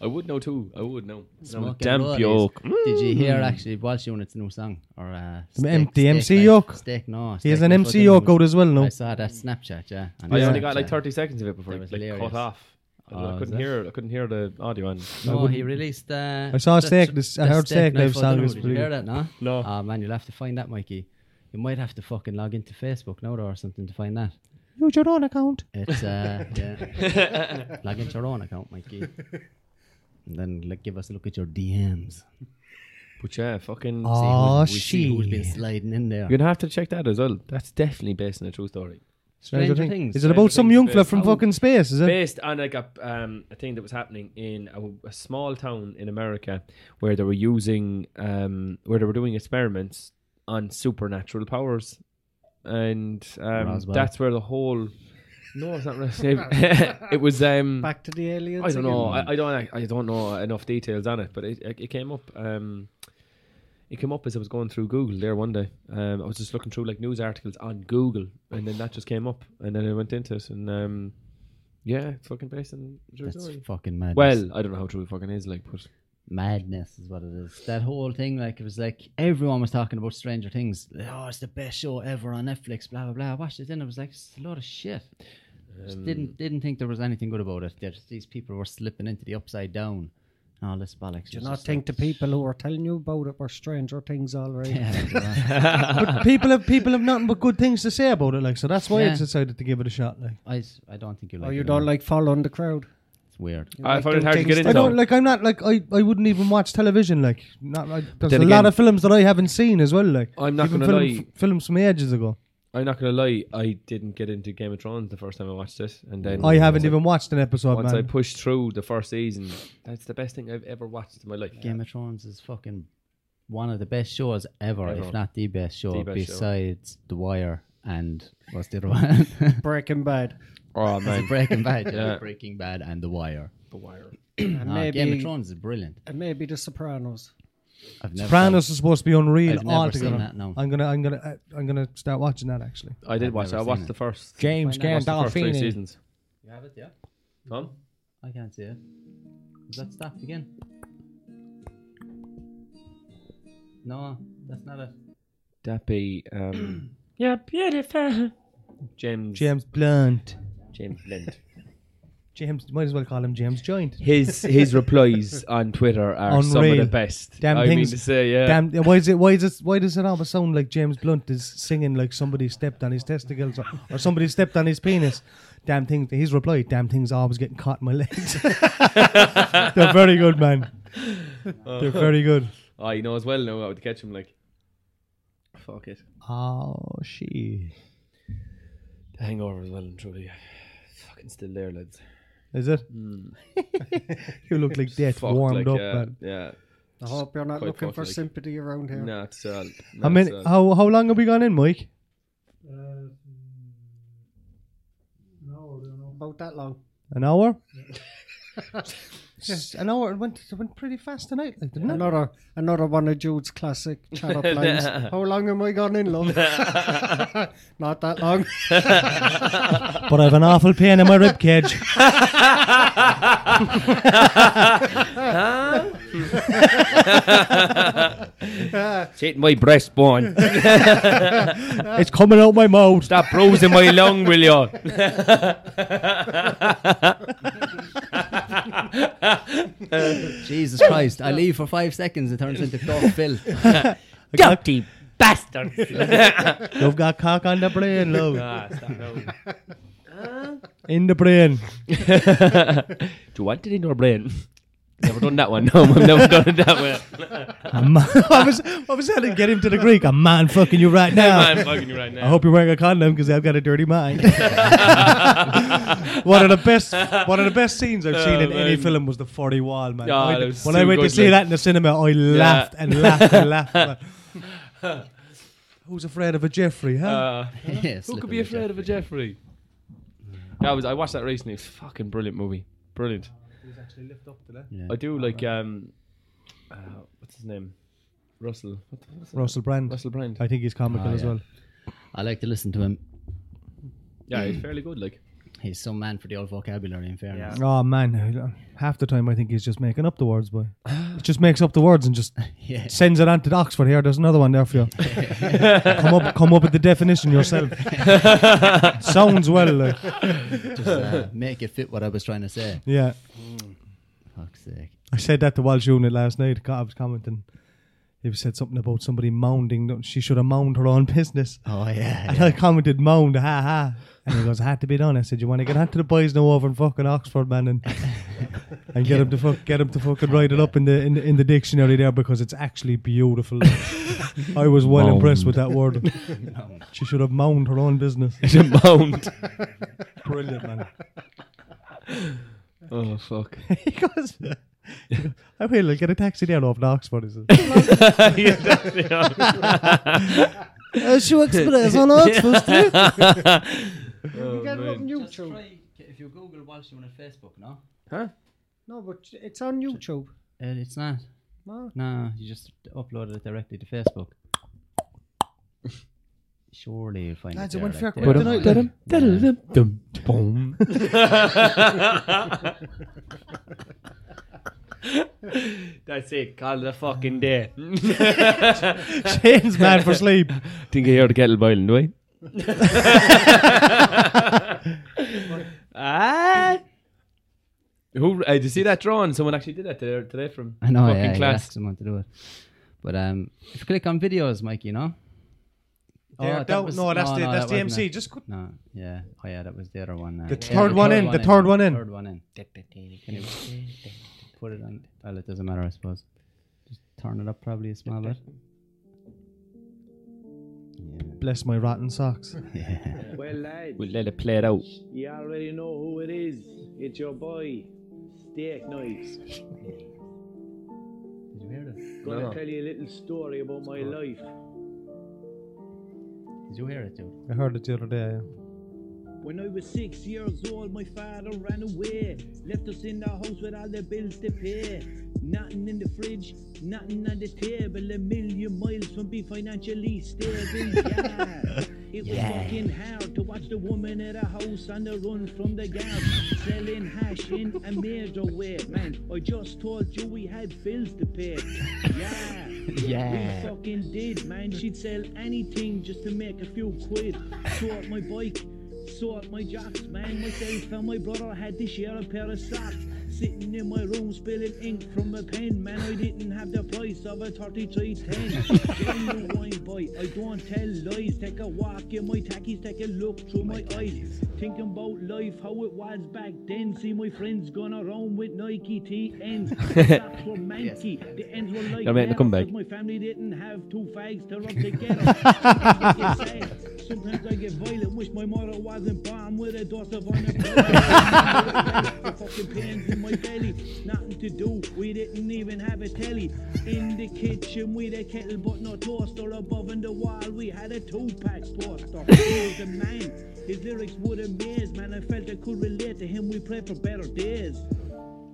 Speaker 5: I would know too. I would know. No,
Speaker 1: Smoking
Speaker 5: damn
Speaker 1: roadies.
Speaker 5: yoke.
Speaker 1: Did you hear actually Walsh Unit's new song or uh, steak,
Speaker 2: M- the MC
Speaker 1: Steak
Speaker 2: Yoke.
Speaker 1: Knife- Steak no.
Speaker 2: He has
Speaker 1: Steak
Speaker 2: an
Speaker 1: Knife
Speaker 2: MC
Speaker 1: was
Speaker 2: yoke
Speaker 1: the
Speaker 2: out as well,
Speaker 1: new- I
Speaker 2: no?
Speaker 1: saw that Snapchat. Yeah. on
Speaker 5: I
Speaker 2: Yeah.
Speaker 5: Oh, only got like
Speaker 1: Snapchat.
Speaker 5: 30 seconds of it before
Speaker 1: That
Speaker 5: it
Speaker 1: was
Speaker 5: like,
Speaker 1: hilarious.
Speaker 5: cut off. I
Speaker 1: Oh,
Speaker 5: I
Speaker 1: is
Speaker 5: couldn't
Speaker 1: it?
Speaker 5: hear. I couldn't hear the audio on.
Speaker 1: No, Oh, he released. Uh,
Speaker 2: I saw
Speaker 1: that
Speaker 2: Steak-
Speaker 1: sh-
Speaker 2: this- I
Speaker 1: that
Speaker 2: heard Steak Knife
Speaker 1: Knife, I
Speaker 2: song
Speaker 1: dunno,
Speaker 2: is
Speaker 1: Did you
Speaker 2: pretty
Speaker 1: hear that? No.
Speaker 5: No.
Speaker 1: Ah man, you'll have to find that, Mikey. You might have to fucking log into Facebook now though, or something to find that.
Speaker 2: Use your own account.
Speaker 1: It's uh, yeah. log into your own account, Mikey. And then like, give us a look at your DMs.
Speaker 5: But yeah, fucking.
Speaker 1: Oh,
Speaker 3: Oh,
Speaker 1: we see who's been
Speaker 3: she.
Speaker 1: sliding in there.
Speaker 5: You're gonna have to check that as well. That's definitely based on a true story.
Speaker 1: Stranger
Speaker 2: Thing-
Speaker 1: Things.
Speaker 2: Is it about some
Speaker 5: Things
Speaker 2: young
Speaker 5: based-
Speaker 2: fella from
Speaker 5: Oh.
Speaker 2: fucking space? Is it?
Speaker 5: based on like a um, a thing that was happening in a, a small town in America where they were using um, where they were doing experiments on supernatural powers, and um,
Speaker 1: Roswell.
Speaker 5: that's where the whole. No, it's not. Roswell. it was. Um,
Speaker 7: Back to the aliens.
Speaker 5: I don't
Speaker 7: again.
Speaker 5: know. I, I don't. I, I don't know enough details on it, but it it, it came up. Um, it came up as I was going through Google there one day. Um, I was just looking through like news articles on Google, and then that just came up, and then I went into it, and um, yeah, it's fucking based on true
Speaker 1: That's
Speaker 5: story.
Speaker 1: fucking madness.
Speaker 5: Well, I don't know how true it fucking is, like, but
Speaker 1: madness is what it is. That whole thing, like it was like everyone was talking about Stranger Things. Oh, it's the best show ever on Netflix. Blah blah blah. I watched it, then it was like it's a lot of shit.
Speaker 7: Um,
Speaker 1: Just didn't didn't think there was anything good about it. There's, these people were slipping into the upside down. and All this bollocks.
Speaker 7: Do
Speaker 1: It's
Speaker 7: you not
Speaker 1: just like-
Speaker 7: think the people who are telling you about it were Stranger Things already?
Speaker 1: Yeah,
Speaker 2: but people have people have nothing but good things to say about it, like so. That's why
Speaker 1: Yeah.
Speaker 2: I decided to give it a shot. Like
Speaker 1: I, s- I don't think you like.
Speaker 7: or Oh, you
Speaker 1: it at
Speaker 7: don't
Speaker 1: all.
Speaker 7: like following the crowd?
Speaker 1: It's weird.
Speaker 7: You
Speaker 5: I
Speaker 7: like
Speaker 5: find it
Speaker 7: doing
Speaker 5: hard to
Speaker 7: things
Speaker 5: get
Speaker 7: that-
Speaker 5: into
Speaker 2: I
Speaker 5: No.
Speaker 2: don't like. I'm not like I, I wouldn't even watch television. Like not. I, there's a
Speaker 5: then
Speaker 2: lot
Speaker 5: again-
Speaker 2: of films that I haven't seen as well. Like
Speaker 5: I'm not
Speaker 2: even
Speaker 5: gonna
Speaker 2: film-
Speaker 5: lie.
Speaker 2: f- films from ages ago.
Speaker 5: I'm not gonna lie. I didn't get into Game of Thrones the first time I watched it, and then
Speaker 2: I haven't even watched an episode,
Speaker 5: Once I
Speaker 2: man.
Speaker 5: pushed through the first season, that's the best thing I've ever watched in my life.
Speaker 1: Game of Thrones is fucking one of the best shows ever,
Speaker 5: Ever.
Speaker 1: if not the best show,
Speaker 5: The best show.
Speaker 1: besides The Wire and what's the other one?
Speaker 7: Breaking Bad.
Speaker 5: Oh man,
Speaker 1: Breaking Bad.
Speaker 5: Yeah.
Speaker 1: Breaking Bad and The Wire.
Speaker 5: The Wire.
Speaker 7: And
Speaker 1: Ah, Game of
Speaker 7: maybe,
Speaker 1: Thrones is brilliant.
Speaker 7: and maybe The Sopranos.
Speaker 1: I've never
Speaker 2: Sopranos is supposed to be unreal
Speaker 1: I've never
Speaker 2: altogether.
Speaker 1: seen that, no.
Speaker 2: I'm gonna, I'm gonna, uh, I'm gonna start watching that actually.
Speaker 5: I did
Speaker 1: I've
Speaker 5: watch.
Speaker 1: never
Speaker 5: it. I
Speaker 1: seen
Speaker 5: watched
Speaker 1: it.
Speaker 5: the first.
Speaker 3: James
Speaker 5: I watched the first three
Speaker 3: Gandolfini.
Speaker 5: seasons. You have it, yeah. Tom.
Speaker 1: I can't see it. Is that stopped again? No, that's not it.
Speaker 5: That be um Yeah, beautiful. James
Speaker 2: James Blunt.
Speaker 5: James Lind.
Speaker 2: James, might as well call him James Joint.
Speaker 5: His his replies on Twitter are some of the
Speaker 2: Unreal.
Speaker 5: best.
Speaker 2: Damn
Speaker 5: I
Speaker 2: things-
Speaker 5: mean to say, yeah.
Speaker 2: Damn, yeah, why is it? Why is it? Why does it always sound like James Blunt is singing like somebody stepped on his testicles or, or somebody stepped on his penis? Damn things. His reply: Damn things always getting caught in my legs. They're very good, man. They're very good.
Speaker 5: Oh, you know as well now I would catch him like fuck it.
Speaker 2: Oh, she
Speaker 5: The hangover as well and truly fucking still there, lads.
Speaker 2: is it? you look like death
Speaker 5: Fucked,
Speaker 2: warmed
Speaker 5: Hmm.
Speaker 2: up,
Speaker 5: like, yeah,
Speaker 2: man.
Speaker 5: Yeah.
Speaker 7: I hope you're not
Speaker 5: quite
Speaker 7: looking for
Speaker 5: fucked, like.
Speaker 7: sympathy around here.
Speaker 5: Not so
Speaker 2: I mean,
Speaker 5: uh,
Speaker 2: how how long have we gone in, Mike?
Speaker 7: Oh, About that long.
Speaker 2: An hour. Yes, an hour. It went it went pretty fast tonight, like, didn't it?
Speaker 7: Another another one of Jude's classic chat up lines. How long am I gone in, love? Not that long.
Speaker 5: Oh,
Speaker 2: But I've an awful pain in my rib cage.
Speaker 5: Cheating my breastbone.
Speaker 2: it's coming out my mouth.
Speaker 5: Stop bruising my lung, will you?
Speaker 1: Jesus Christ! I leave for five seconds. It turns into dog Phil.
Speaker 8: Dirty bastard.
Speaker 2: You've got cock on the brain, love. In the brain.
Speaker 5: Do you want it in your brain? Never done that one. No, I've never done it that way.
Speaker 2: A man- I was I was trying to get him to the Greek. I'm man fucking you right now.
Speaker 5: I'm bugging you right
Speaker 2: I
Speaker 5: now.
Speaker 2: hope you're wearing a condom because I've got a dirty mind. one of the best, one of the best scenes I've seen in
Speaker 5: Oh,
Speaker 2: any
Speaker 5: man.
Speaker 2: film was the forty wall man.
Speaker 5: Yeah,
Speaker 2: I-
Speaker 5: that was
Speaker 2: when
Speaker 5: so
Speaker 2: I went
Speaker 5: good,
Speaker 2: to see
Speaker 5: like-
Speaker 2: that in the cinema, I laughed and laughed and laughed. man. Who's afraid of a Jeffrey? Huh?
Speaker 5: Uh,
Speaker 1: Yeah,
Speaker 5: who
Speaker 1: slipping
Speaker 5: could be
Speaker 1: the
Speaker 5: afraid of a
Speaker 1: Jeffrey.
Speaker 5: Jeffrey? That was I watched that recently. It's a fucking brilliant movie. Brilliant.
Speaker 1: Yeah.
Speaker 5: I do like um, uh, what's his name? Russell. What the- what's his name?
Speaker 2: Russell Brand.
Speaker 5: Russell Brand.
Speaker 2: I think he's comical
Speaker 1: Ah,
Speaker 2: as
Speaker 1: yeah.
Speaker 2: well.
Speaker 1: I like to listen to him.
Speaker 5: Yeah, he's fairly good. Like
Speaker 1: He's some man for the old vocabulary. In fairness,
Speaker 2: Oh man, half the time I think he's just making up the words, boy. He just makes up the words and just
Speaker 1: yeah.
Speaker 2: sends it on to Oxford. Here, there's another one there for you. come up, come up with the definition yourself. Sounds well, like,
Speaker 1: Just uh, make it fit what I was trying to say.
Speaker 2: yeah.
Speaker 1: Fuck's sake.
Speaker 2: I said that to Walsh Unit last night. God, I was commenting. you said something about somebody mounding. that She should have mound her own business.
Speaker 1: Oh yeah.
Speaker 2: And I commented, mound, ha ha. And he goes, I had to be done. I said, you want to get onto the boys now over in fucking Oxford, man, and and get him to fuck, get him to fucking write it up in the in the, in the dictionary there because it's actually beautiful. I was well impressed with that word. she should have mound her own business.
Speaker 5: It's a mound.
Speaker 2: Brilliant, man.
Speaker 5: oh fuck.
Speaker 2: he goes. he goes, I will I'll get a taxi down off to Oxford. He says.
Speaker 3: Uh, Shoe Express on Oxford Street.
Speaker 7: you get it up on
Speaker 1: Just
Speaker 7: YouTube.
Speaker 1: try, if you Google Walsh on Facebook, no?
Speaker 7: No, but it's on YouTube.
Speaker 1: Uh, it's not.
Speaker 7: No.
Speaker 1: No, you just upload it directly to Facebook. Surely you'll find
Speaker 2: Lads,
Speaker 1: it.
Speaker 2: it
Speaker 1: There,
Speaker 2: went
Speaker 1: like,
Speaker 2: fair
Speaker 1: there.
Speaker 2: quick tonight,
Speaker 1: Yeah.
Speaker 2: didn't
Speaker 8: That's it. Call the fucking day.
Speaker 2: Shane's mad for sleep.
Speaker 5: Think I hear the kettle boiling, do I?
Speaker 8: Ah.
Speaker 5: Who uh, did you see that drawing? Someone actually did that today, today from
Speaker 1: I know,
Speaker 5: fucking
Speaker 1: yeah, class.
Speaker 5: class.
Speaker 1: asked someone to do it. But um, if you click on videos, Mike, you know? Oh,
Speaker 2: Yeah,
Speaker 1: that
Speaker 2: Oh, don't-
Speaker 1: was-
Speaker 2: no, that's the
Speaker 1: that
Speaker 2: that's the
Speaker 1: wasn't
Speaker 2: MC.
Speaker 1: it.
Speaker 2: Just go-
Speaker 1: No, yeah. Oh, yeah, that was the other one. uh,
Speaker 2: The
Speaker 1: yeah,
Speaker 2: third one in, the third one in.
Speaker 1: Third one in. Put it on. Well, it doesn't matter, I suppose. Just turn it up probably a small bit.
Speaker 2: bless my rotten socks.
Speaker 9: Well, lads,
Speaker 5: We'll let it play it out.
Speaker 9: you already know who it is. It's your boy, Steak Knives.
Speaker 1: Did you hear this?
Speaker 9: Gonna
Speaker 5: No.
Speaker 9: tell you a little story about my life.
Speaker 1: Did you hear it, dude?
Speaker 2: I heard it the other day.
Speaker 9: When I was six years old, my father ran away. Left us in the house with all the bills to pay. Nothing in the fridge, nothing on the table. A million miles from being financially stable. Yeah. It was fucking hard to watch the woman at a house on the run from the gas. Selling hash in a major way. Man, I just told you we had bills to pay. Yeah.
Speaker 1: Yeah.
Speaker 9: We fucking did, man. She'd sell anything just to make a few quid. Sort my bike, sort my jocks, man. Myself and my brother had to share a pair of socks. Sitting in my room spilling ink from a pen, man. I didn't have the price of a 3310. Genuine wine boy, I don't tell lies. Take a walk in my tackies, take a look through my eyes. Thinking about life, how it was back then. See my friends going around with Nike TNs. The socks were manky, the ends were like
Speaker 5: You're making a
Speaker 9: that
Speaker 5: comeback.
Speaker 9: because my family didn't have two fags to rub together. Sometimes I get violent, wish my mother wasn't born with a daughter on the fucking pains in my belly, nothing to do. We didn't even have a telly in the kitchen. We had a kettle, but no toaster. Above in the wall, we had a two-pack poster. He was a man. His lyrics would amaze, man. I felt I could relate to him. We prayed for better days.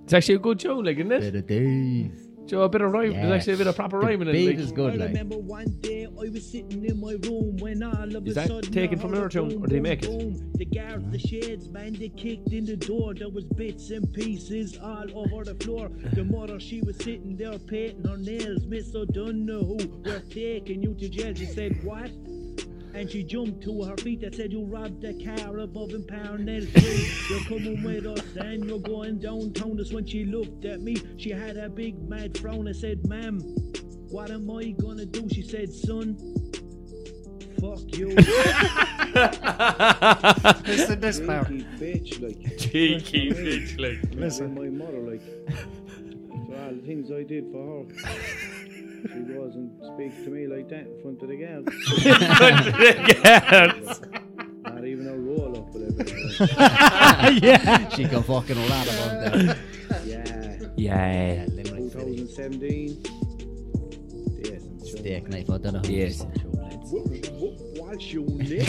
Speaker 5: It's actually a good show, like, isn't it?
Speaker 1: Better days.
Speaker 5: Joe, a bit of rhyme. There's actually a bit of proper
Speaker 1: The
Speaker 5: rhyme in
Speaker 1: beat
Speaker 5: it.
Speaker 1: is
Speaker 5: Like.
Speaker 1: good,
Speaker 9: I
Speaker 1: like.
Speaker 9: remember one day I was sitting in my room when all of
Speaker 5: Is
Speaker 9: a
Speaker 5: that
Speaker 9: sudden
Speaker 5: taken from
Speaker 9: I heard
Speaker 5: another tune,
Speaker 9: a boom,
Speaker 5: or did he
Speaker 9: boom,
Speaker 5: make it?
Speaker 9: boom. The guards, the shades, man, they kicked in the door. There was bits and pieces all over the floor. The mother, she was sitting there painting her nails. Miss O'Donoghue, we're taking you to jail. She said, what? And she jumped to her feet and said, You robbed the car above in Parnell Street. You're coming with us and you're going downtown. That's when she looked at me. She had a big mad frown. I said, Ma'am, what am I gonna do? She said, Son, fuck you.
Speaker 6: Listen this part.
Speaker 9: bitch, like.
Speaker 5: Cheeky bitch, like.
Speaker 9: Listen. My mother, like. For all the things I did for her. She goes and speaks to me like that in front of the girls. Not even a roll up with everything.
Speaker 1: She can fucking lot about that.
Speaker 9: Yeah,
Speaker 5: Yeah.
Speaker 1: Limerick City.
Speaker 9: 2017. Yes, I'm sure.
Speaker 1: Steak knife, I don't know.
Speaker 5: Yes.
Speaker 9: What's your name?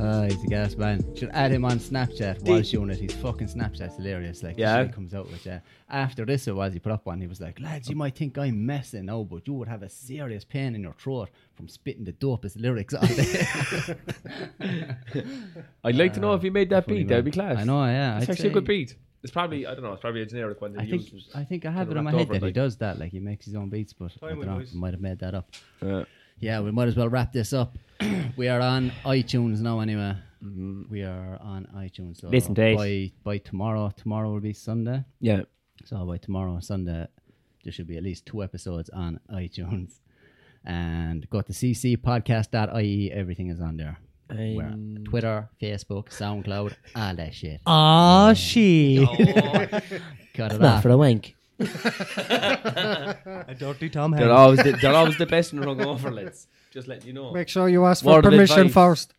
Speaker 1: Ah, he's a gas man. Should add him on Snapchat. While showing it, his fucking Snapchat's hilarious. Like,
Speaker 5: Yeah.
Speaker 1: yeah, he comes out with that. After this, it was he put up one. He was like, "Lads, you might think I'm messing, oh, but you would have a serious pain in your throat from spitting the dopest lyrics out there."
Speaker 5: I'd like to know if he made that
Speaker 1: Funny
Speaker 5: beat. That'd
Speaker 1: man.
Speaker 5: be class.
Speaker 1: I know, yeah.
Speaker 5: It's
Speaker 1: I'd
Speaker 5: actually a
Speaker 1: say-
Speaker 5: good beat. It's probably I don't know. It's probably a generic one. That
Speaker 1: I
Speaker 5: he
Speaker 1: think
Speaker 5: uses.
Speaker 1: I think I have it
Speaker 5: kinda
Speaker 1: in my
Speaker 5: wrapped
Speaker 1: head
Speaker 5: over,
Speaker 1: that he
Speaker 5: like.
Speaker 1: does that. Like he makes his own beats, but I
Speaker 2: Time
Speaker 1: don't know.
Speaker 2: with
Speaker 1: I might have made that up.
Speaker 5: Yeah.
Speaker 1: Yeah, we might as well wrap this up. we are on iTunes now, anyway.
Speaker 5: Mm-hmm.
Speaker 1: We are on iTunes. So
Speaker 8: Listen to it.
Speaker 1: by by tomorrow. Tomorrow will be Sunday.
Speaker 5: Yeah.
Speaker 1: So by tomorrow, Sunday, there should be at least two episodes on iTunes. And go to ccpodcast.ie. E, Everything is on there. We're
Speaker 5: Mm.
Speaker 1: on Twitter, Facebook, SoundCloud, all that shit.
Speaker 5: Uh,
Speaker 3: Aw, she.
Speaker 1: Cut it
Speaker 3: Not
Speaker 1: off.
Speaker 3: for a wank.
Speaker 2: A dirty Tom
Speaker 5: They're
Speaker 2: Hanks.
Speaker 5: always the, they're always the best in rug overlays. Just letting you know.
Speaker 7: Make sure you ask for
Speaker 5: Word of
Speaker 7: permission
Speaker 5: advice.
Speaker 7: first.